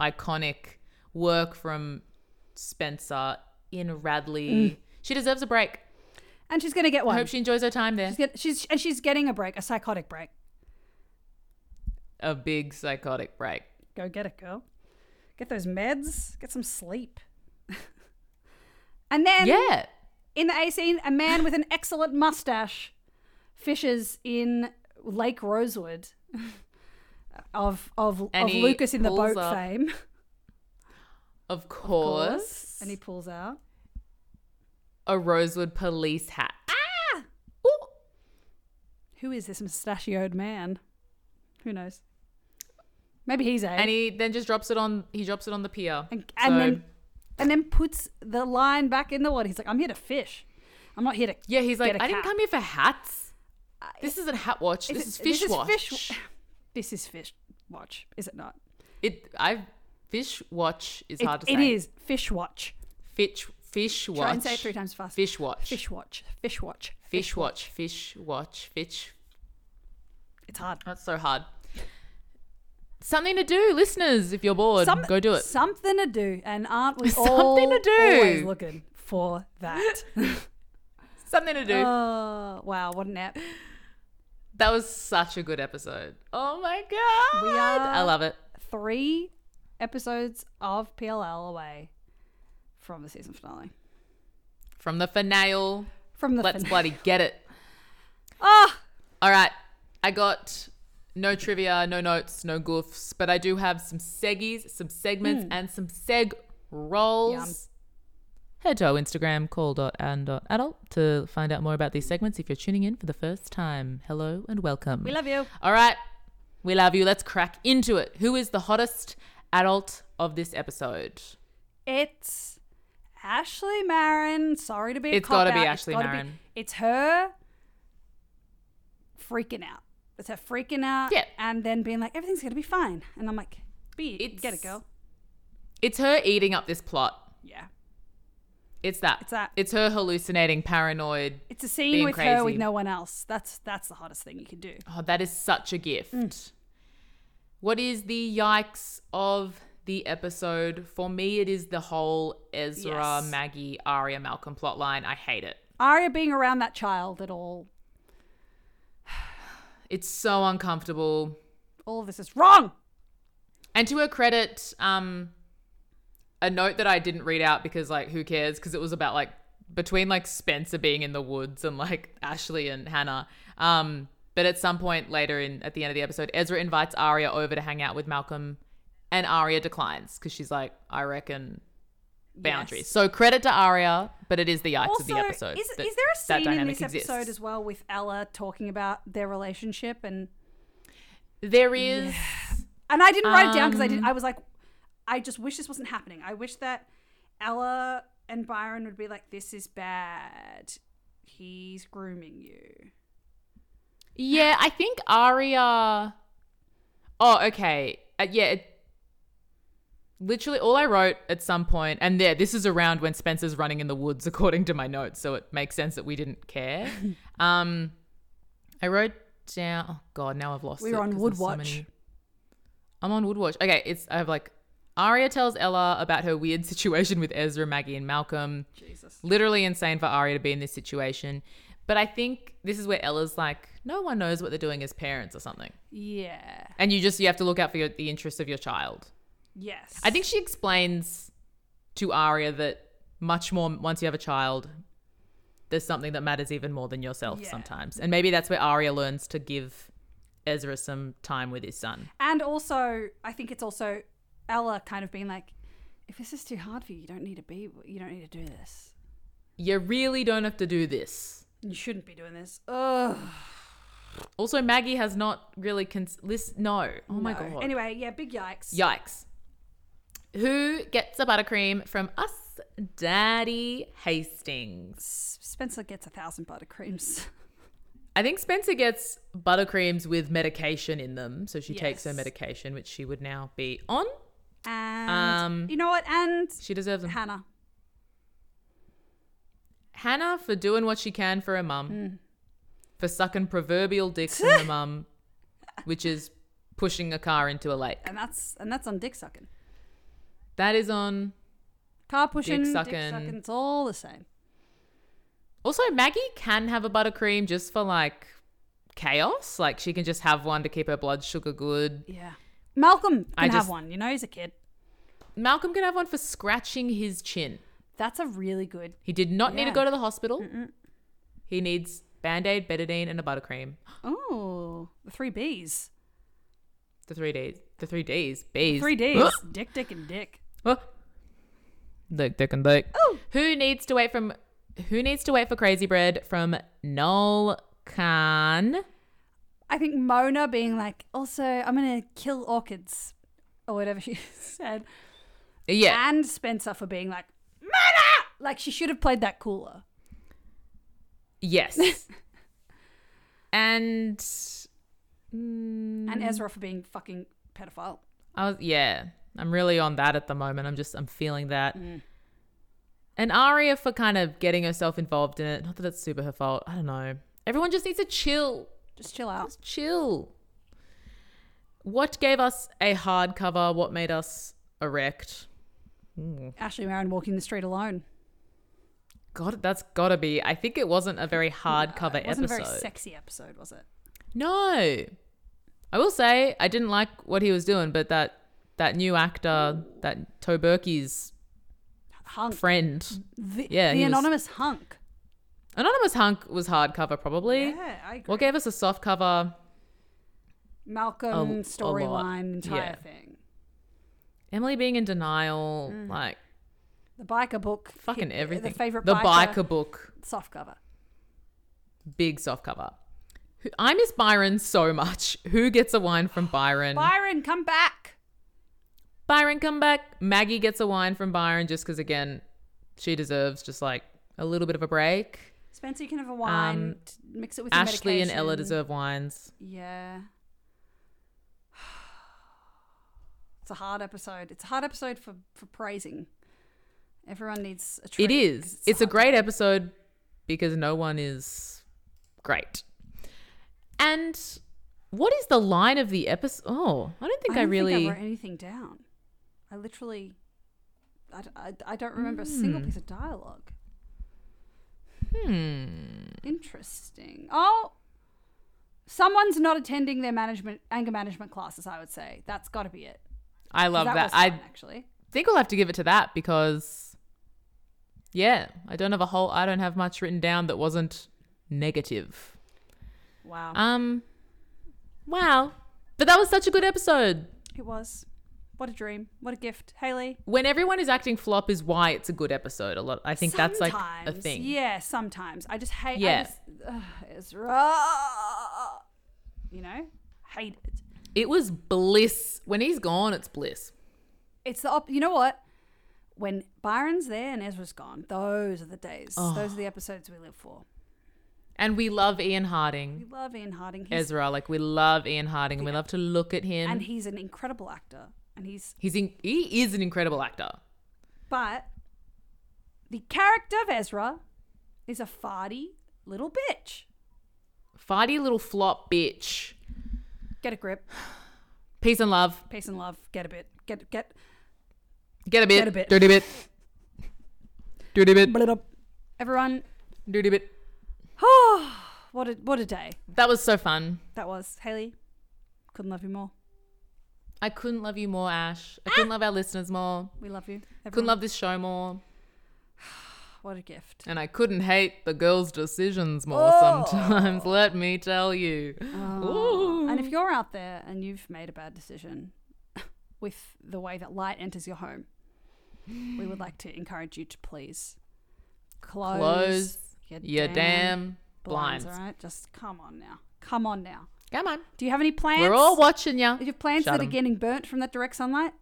[SPEAKER 3] iconic work from Spencer in Radley. She deserves a break.
[SPEAKER 1] And she's going to get
[SPEAKER 3] I
[SPEAKER 1] Mm. one.
[SPEAKER 3] hope she enjoys her time there.
[SPEAKER 1] she's, get, she's and she's getting a break, a psychotic break.
[SPEAKER 3] a big psychotic break.
[SPEAKER 1] Go get it, girl. Get those meds. Get some sleep. and then
[SPEAKER 3] yeah.
[SPEAKER 1] in the A scene, a man with an excellent mustache fishes in Lake Rosewood of of,
[SPEAKER 3] And
[SPEAKER 1] of
[SPEAKER 3] he
[SPEAKER 1] Lucas in the
[SPEAKER 3] pulls
[SPEAKER 1] boat
[SPEAKER 3] up,
[SPEAKER 1] fame. of
[SPEAKER 3] Of
[SPEAKER 1] course.
[SPEAKER 3] course.
[SPEAKER 1] And he pulls out.
[SPEAKER 3] a Rosewood police hat.
[SPEAKER 1] Who is this mustachioed man? Who knows? Maybe he's A.
[SPEAKER 3] And he then just drops it on he drops it on the pier.
[SPEAKER 1] and, and
[SPEAKER 3] So-
[SPEAKER 1] then and then puts the line back in the water. He's like, I'm here to fish. I'm not here to.
[SPEAKER 3] Yeah, he's like,
[SPEAKER 1] get a
[SPEAKER 3] I didn't
[SPEAKER 1] cat."
[SPEAKER 3] come here for hats. This isn't hat watch.
[SPEAKER 1] Is
[SPEAKER 3] This
[SPEAKER 1] it-
[SPEAKER 3] is fish watch.
[SPEAKER 1] fish wa- this is fish watch, is it not?
[SPEAKER 3] It I fish watch is
[SPEAKER 1] It-
[SPEAKER 3] hard to
[SPEAKER 1] it
[SPEAKER 3] say.
[SPEAKER 1] is fish watch.
[SPEAKER 3] Fish fish watch.
[SPEAKER 1] Try and say it three times fast.
[SPEAKER 3] Fish watch.
[SPEAKER 1] Fish watch. Fish watch.
[SPEAKER 3] Fish watch. Fish watch. Fish.
[SPEAKER 1] It's hard.
[SPEAKER 3] That's so hard. Something to do, listeners. If you're bored,
[SPEAKER 1] Some-
[SPEAKER 3] go do it.
[SPEAKER 1] Something to do, and aren't we
[SPEAKER 3] Something
[SPEAKER 1] all
[SPEAKER 3] to do.
[SPEAKER 1] always looking for that?
[SPEAKER 3] Something to do.
[SPEAKER 1] oh wow, what an app!
[SPEAKER 3] Uh, that was such a good episode. Oh my god,
[SPEAKER 1] We are-
[SPEAKER 3] I love it.
[SPEAKER 1] Three episodes of PLL away from the season finale.
[SPEAKER 3] From the finale.
[SPEAKER 1] From the
[SPEAKER 3] Let's
[SPEAKER 1] finale.
[SPEAKER 3] bloody get it.
[SPEAKER 1] Ah,
[SPEAKER 3] All right. I got no trivia, no notes, no goofs, but I do have some seggies, some segments, and some seg rolls.
[SPEAKER 1] Hmm. Yum.
[SPEAKER 3] Head to our Instagram, call.and.adult, to find out more about these segments if you're tuning in for the first time. Hello and welcome.
[SPEAKER 1] we love you.
[SPEAKER 3] All right. We love you. Let's crack into it. Who is the hottest adult of this episode?
[SPEAKER 1] It's Ashley Marin. Sorry to be. A
[SPEAKER 3] It's gotta
[SPEAKER 1] cop-out. It's
[SPEAKER 3] be Ashley
[SPEAKER 1] gotta be-
[SPEAKER 3] Marin.
[SPEAKER 1] it's her freaking out. It's her freaking out.
[SPEAKER 3] Yeah.
[SPEAKER 1] And then being like, everything's gonna be fine. And I'm like, be
[SPEAKER 3] It's-
[SPEAKER 1] get it, girl.
[SPEAKER 3] It's her eating up this plot.
[SPEAKER 1] Yeah.
[SPEAKER 3] It's that.
[SPEAKER 1] It's that.
[SPEAKER 3] It's her hallucinating, paranoid,
[SPEAKER 1] It's a scene
[SPEAKER 3] Being
[SPEAKER 1] with her with
[SPEAKER 3] crazy.
[SPEAKER 1] no one else. That's that's the hottest thing you can do.
[SPEAKER 3] Oh, that is such a gift. What is the yikes of the episode? For me, it is the whole Ezra,
[SPEAKER 1] Yes.
[SPEAKER 3] Maggie, Aria, Malcolm plotline. I hate it.
[SPEAKER 1] Arya being around that child at all.
[SPEAKER 3] It's so uncomfortable.
[SPEAKER 1] All of this is wrong.
[SPEAKER 3] And to her credit, um, a note that I didn't read out because, like, who cares? Because it was about like between like Spencer being in the woods and like Ashley and Hannah. Um, but at some point later in at the end of the episode, Ezra invites Aria over to hang out with Malcolm, and Aria declines because she's like, I reckon boundaries.
[SPEAKER 1] Yes.
[SPEAKER 3] So credit to Aria, but it is the yikes of the episode.
[SPEAKER 1] Is,
[SPEAKER 3] that
[SPEAKER 1] is there a
[SPEAKER 3] that
[SPEAKER 1] scene in
[SPEAKER 3] dynamic
[SPEAKER 1] this
[SPEAKER 3] exists.
[SPEAKER 1] episode as well with Ella talking about their relationship and
[SPEAKER 3] There is.
[SPEAKER 1] And I didn't write it down because I
[SPEAKER 3] Um.
[SPEAKER 1] did. I was like, I just wish this wasn't happening. I wish that Ella and Byron would be like, "This is bad. He's grooming you."
[SPEAKER 3] Yeah, I think Aria. Oh, okay. Uh, yeah. It... Literally, all I wrote at some point, and there, this is around when Spencer's running in the woods, according to my notes, so it makes sense that we didn't care. um, I wrote down. Oh God, now I've lost.
[SPEAKER 1] We were
[SPEAKER 3] it
[SPEAKER 1] on
[SPEAKER 3] 'cause there's so
[SPEAKER 1] Woodwatch.
[SPEAKER 3] many- I'm on Woodwatch. Okay, it's I have like. Aria tells Ella about her weird situation with Ezra, Maggie, and Malcolm
[SPEAKER 1] Jesus.
[SPEAKER 3] literally insane for Arya to be in this situation. But I think this is where Ella's like, no one knows what they're doing as parents or something.
[SPEAKER 1] Yeah.
[SPEAKER 3] And you just you have to look out for your, the interests of your child.
[SPEAKER 1] Yes.
[SPEAKER 3] I think she explains to Arya that much more once you have a child, there's something that matters even more than yourself
[SPEAKER 1] Yeah.
[SPEAKER 3] sometimes. And maybe that's where Arya learns to give Ezra some time with his son.
[SPEAKER 1] And also, I think it's also Ella kind of being like, "If this is too hard for you, you don't need to be. You don't need to do this.
[SPEAKER 3] You really don't have to do this.
[SPEAKER 1] You shouldn't be doing this." Ugh.
[SPEAKER 3] Also, Maggie has not really cons- list. No. Oh my
[SPEAKER 1] No.
[SPEAKER 3] god.
[SPEAKER 1] Anyway, yeah, big yikes.
[SPEAKER 3] Yikes. Who gets a buttercream from us, Daddy Hastings?
[SPEAKER 1] S- Spencer gets a thousand buttercreams.
[SPEAKER 3] I think Spencer gets buttercreams with medication in them, so she takes her
[SPEAKER 1] Yes.
[SPEAKER 3] medication, which she would now be on.
[SPEAKER 1] And
[SPEAKER 3] Um,
[SPEAKER 1] you know what? And
[SPEAKER 3] She deserves them.
[SPEAKER 1] Hannah.
[SPEAKER 3] Hannah for doing what she can for her mum,
[SPEAKER 1] Hmm.
[SPEAKER 3] for sucking proverbial dicks in her mum, which is pushing a car into a lake.
[SPEAKER 1] And that's and that's on dick sucking.
[SPEAKER 3] That is on.
[SPEAKER 1] Car pushing, dick sucking.
[SPEAKER 3] sucking.
[SPEAKER 1] it's all the same.
[SPEAKER 3] Also, Maggie can have a buttercream just for like chaos. Like she can just have one to keep her blood sugar good.
[SPEAKER 1] Yeah. Malcolm can
[SPEAKER 3] I
[SPEAKER 1] have
[SPEAKER 3] just-
[SPEAKER 1] one. You know, he's a kid.
[SPEAKER 3] Malcolm can have one for scratching his chin.
[SPEAKER 1] That's a really good.
[SPEAKER 3] He did not need to
[SPEAKER 1] Yeah.
[SPEAKER 3] go to the hospital. He needs band aid, betadine, and a buttercream.
[SPEAKER 1] Oh, the three B's.
[SPEAKER 3] The three D's. The three D's. B's.
[SPEAKER 1] Three D's. dick, dick, and dick.
[SPEAKER 3] Oh. Dick, dick, and dick. Who needs to wait from? Who needs to wait for crazy bread from Noel Khan?
[SPEAKER 1] I think Mona being like, also, I'm going to kill orchids or whatever she said.
[SPEAKER 3] Yeah,
[SPEAKER 1] And Spencer for being like, Mona! Like, she should have played that cooler.
[SPEAKER 3] yes. and mm,
[SPEAKER 1] And Ezra for being fucking pedophile.
[SPEAKER 3] I was yeah. I'm really on that at the moment. I'm just I'm feeling that.
[SPEAKER 1] Mm.
[SPEAKER 3] And Aria for kind of getting herself involved in it. Not that it's super her fault. I don't know. Everyone just needs to chill.
[SPEAKER 1] Just chill out.
[SPEAKER 3] chill. What gave us a hard cover? What made us erect?
[SPEAKER 1] Ashley Marin walking the street alone.
[SPEAKER 3] God, that's gotta be. I think it wasn't a very hard cover
[SPEAKER 1] It wasn't
[SPEAKER 3] episode.
[SPEAKER 1] a very sexy episode, was it?
[SPEAKER 3] no, I will say I didn't like what he was doing, but that that new actor, that Toberky's
[SPEAKER 1] Hunk.
[SPEAKER 3] friend,
[SPEAKER 1] the
[SPEAKER 3] yeah,
[SPEAKER 1] the
[SPEAKER 3] he was-
[SPEAKER 1] anonymous hunk.
[SPEAKER 3] anonymous hunk, was hard cover probably.
[SPEAKER 1] Yeah, I agree.
[SPEAKER 3] What gave us a soft cover?
[SPEAKER 1] Malcolm
[SPEAKER 3] a
[SPEAKER 1] storyline,
[SPEAKER 3] lot,
[SPEAKER 1] entire
[SPEAKER 3] yeah.
[SPEAKER 1] thing.
[SPEAKER 3] Emily being in denial, like
[SPEAKER 1] The biker book.
[SPEAKER 3] fucking
[SPEAKER 1] hi-
[SPEAKER 3] everything.
[SPEAKER 1] Mm. The favorite
[SPEAKER 3] the
[SPEAKER 1] biker,
[SPEAKER 3] biker book.
[SPEAKER 1] soft cover.
[SPEAKER 3] big soft cover. Who- I miss Byron so much. Who gets a wine from Byron?
[SPEAKER 1] Byron, come back.
[SPEAKER 3] Byron, come back. Maggie gets a wine from Byron just because, again, she deserves just like a little bit of a break.
[SPEAKER 1] Spencer, you can have a wine.
[SPEAKER 3] Um,
[SPEAKER 1] t- mix it with your
[SPEAKER 3] Ashley and Ella
[SPEAKER 1] medication.
[SPEAKER 3] deserve wines.
[SPEAKER 1] Yeah. It's a hard episode. It's a hard episode for, for praising. Everyone needs a treat.
[SPEAKER 3] It is. It's, a great episode because no one is great. And what is the line of the episode? Oh, I don't think I,
[SPEAKER 1] don't
[SPEAKER 3] really.
[SPEAKER 1] Think I wrote anything down. I literally. I, d- I d- I don't remember a single piece of dialogue.
[SPEAKER 3] Hmm.
[SPEAKER 1] Interesting. Oh, someone's not attending their management anger management classes. I would say that's got to be it.
[SPEAKER 3] I love that.
[SPEAKER 1] was
[SPEAKER 3] I
[SPEAKER 1] fun, actually.
[SPEAKER 3] think I'll have to give it to that because, yeah, I don't have a whole, I don't have much written down that wasn't negative.
[SPEAKER 1] Wow,
[SPEAKER 3] Um, wow. But that was such a good episode.
[SPEAKER 1] it was. What a dream. What a gift, Haley.
[SPEAKER 3] When everyone is acting flop is why it's a good episode. A lot, I think that's like a
[SPEAKER 1] Sometimes,
[SPEAKER 3] thing.
[SPEAKER 1] Yeah, sometimes I just hate. Yeah, I
[SPEAKER 3] Yeah.
[SPEAKER 1] just, ugh, it's raw. You know, hate it.
[SPEAKER 3] It was bliss. When he's gone, it's bliss.
[SPEAKER 1] It's the op- you know what? When Byron's there and Ezra's gone, those are the days.
[SPEAKER 3] Oh.
[SPEAKER 1] Those are the episodes we live for.
[SPEAKER 3] And we love Ian
[SPEAKER 1] We
[SPEAKER 3] Harding,
[SPEAKER 1] love Ian Harding. He's,
[SPEAKER 3] Ezra. Like we love Ian Harding, and we love to look at him.
[SPEAKER 1] and he's an incredible actor. And he's
[SPEAKER 3] he's in, he is an incredible actor.
[SPEAKER 1] but the character of Ezra is a farty little bitch.
[SPEAKER 3] Farty little flop bitch.
[SPEAKER 1] Get a grip.
[SPEAKER 3] Peace and love.
[SPEAKER 1] Peace and love. Get a bit. Get get
[SPEAKER 3] Get a bit.
[SPEAKER 1] Get a bit.
[SPEAKER 3] Dirty bit. Dirty bit.
[SPEAKER 1] blit up. Everyone.
[SPEAKER 3] Dirty bit.
[SPEAKER 1] Oh, what a what a day
[SPEAKER 3] That was so fun.
[SPEAKER 1] that was. Haley, couldn't love you more.
[SPEAKER 3] I couldn't love you more, Ash. I couldn't love our listeners more.
[SPEAKER 1] We love you.
[SPEAKER 3] Couldn't
[SPEAKER 1] Everyone.
[SPEAKER 3] love this show more.
[SPEAKER 1] What a gift.
[SPEAKER 3] And I couldn't hate the girls' decisions more
[SPEAKER 1] Oh.
[SPEAKER 3] sometimes, let me tell you. Ooh.
[SPEAKER 1] And if you're out there and you've made a bad decision with the way that light enters your home, we would like to encourage you to please close,
[SPEAKER 3] Close
[SPEAKER 1] your,
[SPEAKER 3] You're damn
[SPEAKER 1] blinds.
[SPEAKER 3] blinds.
[SPEAKER 1] All right, just come on now. Come on now.
[SPEAKER 3] Come on.
[SPEAKER 1] Do you have any plans?
[SPEAKER 3] We're all watching ya.
[SPEAKER 1] If you have plants
[SPEAKER 3] Shut
[SPEAKER 1] that are
[SPEAKER 3] 'em.
[SPEAKER 1] getting burnt from that direct sunlight,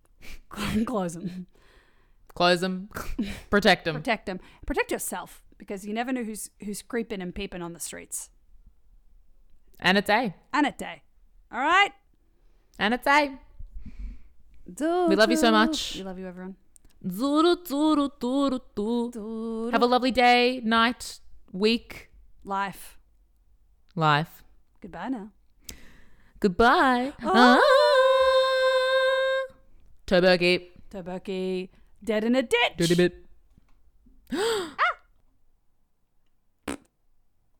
[SPEAKER 1] close them,
[SPEAKER 3] Close them. Protect them.
[SPEAKER 1] protect them, protect yourself because you never know who's who's creeping and peeping on the streets.
[SPEAKER 3] and it's A.
[SPEAKER 1] And at day, all right.
[SPEAKER 3] And it's A. We love you so much.
[SPEAKER 1] We love you, everyone.
[SPEAKER 3] Zuru, zuru, zuru, zuru. Have a lovely day, night, week,
[SPEAKER 1] Life.
[SPEAKER 3] life.
[SPEAKER 1] Goodbye now.
[SPEAKER 3] Goodbye. Ah. Turbo
[SPEAKER 1] Tobucky, dead in a ditch.
[SPEAKER 3] Dirty bit.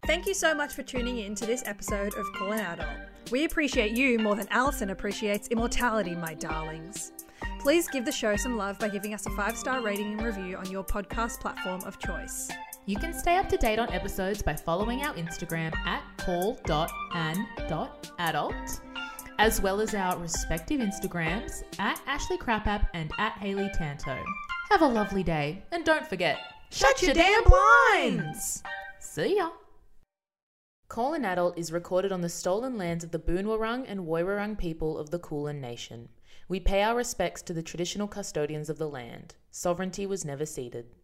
[SPEAKER 1] Thank you so much for tuning in to this episode of Call an Adult. We appreciate you more than Alison appreciates immortality, my darlings. Please give the show some love by giving us a five star rating and review on your podcast platform of choice.
[SPEAKER 2] You can stay up to date on episodes by following our Instagram at call.an.adult, as well as our respective Instagrams at Ashley Crapapp and at Haley Tanto. Have a lovely day, and don't forget, shut your damn blinds! See ya!
[SPEAKER 3] Call an Adult is recorded on the stolen lands of the Boonwurrung and Woiwurrung people of the Kulin Nation. We pay our respects to the traditional custodians of the land. Sovereignty was never ceded.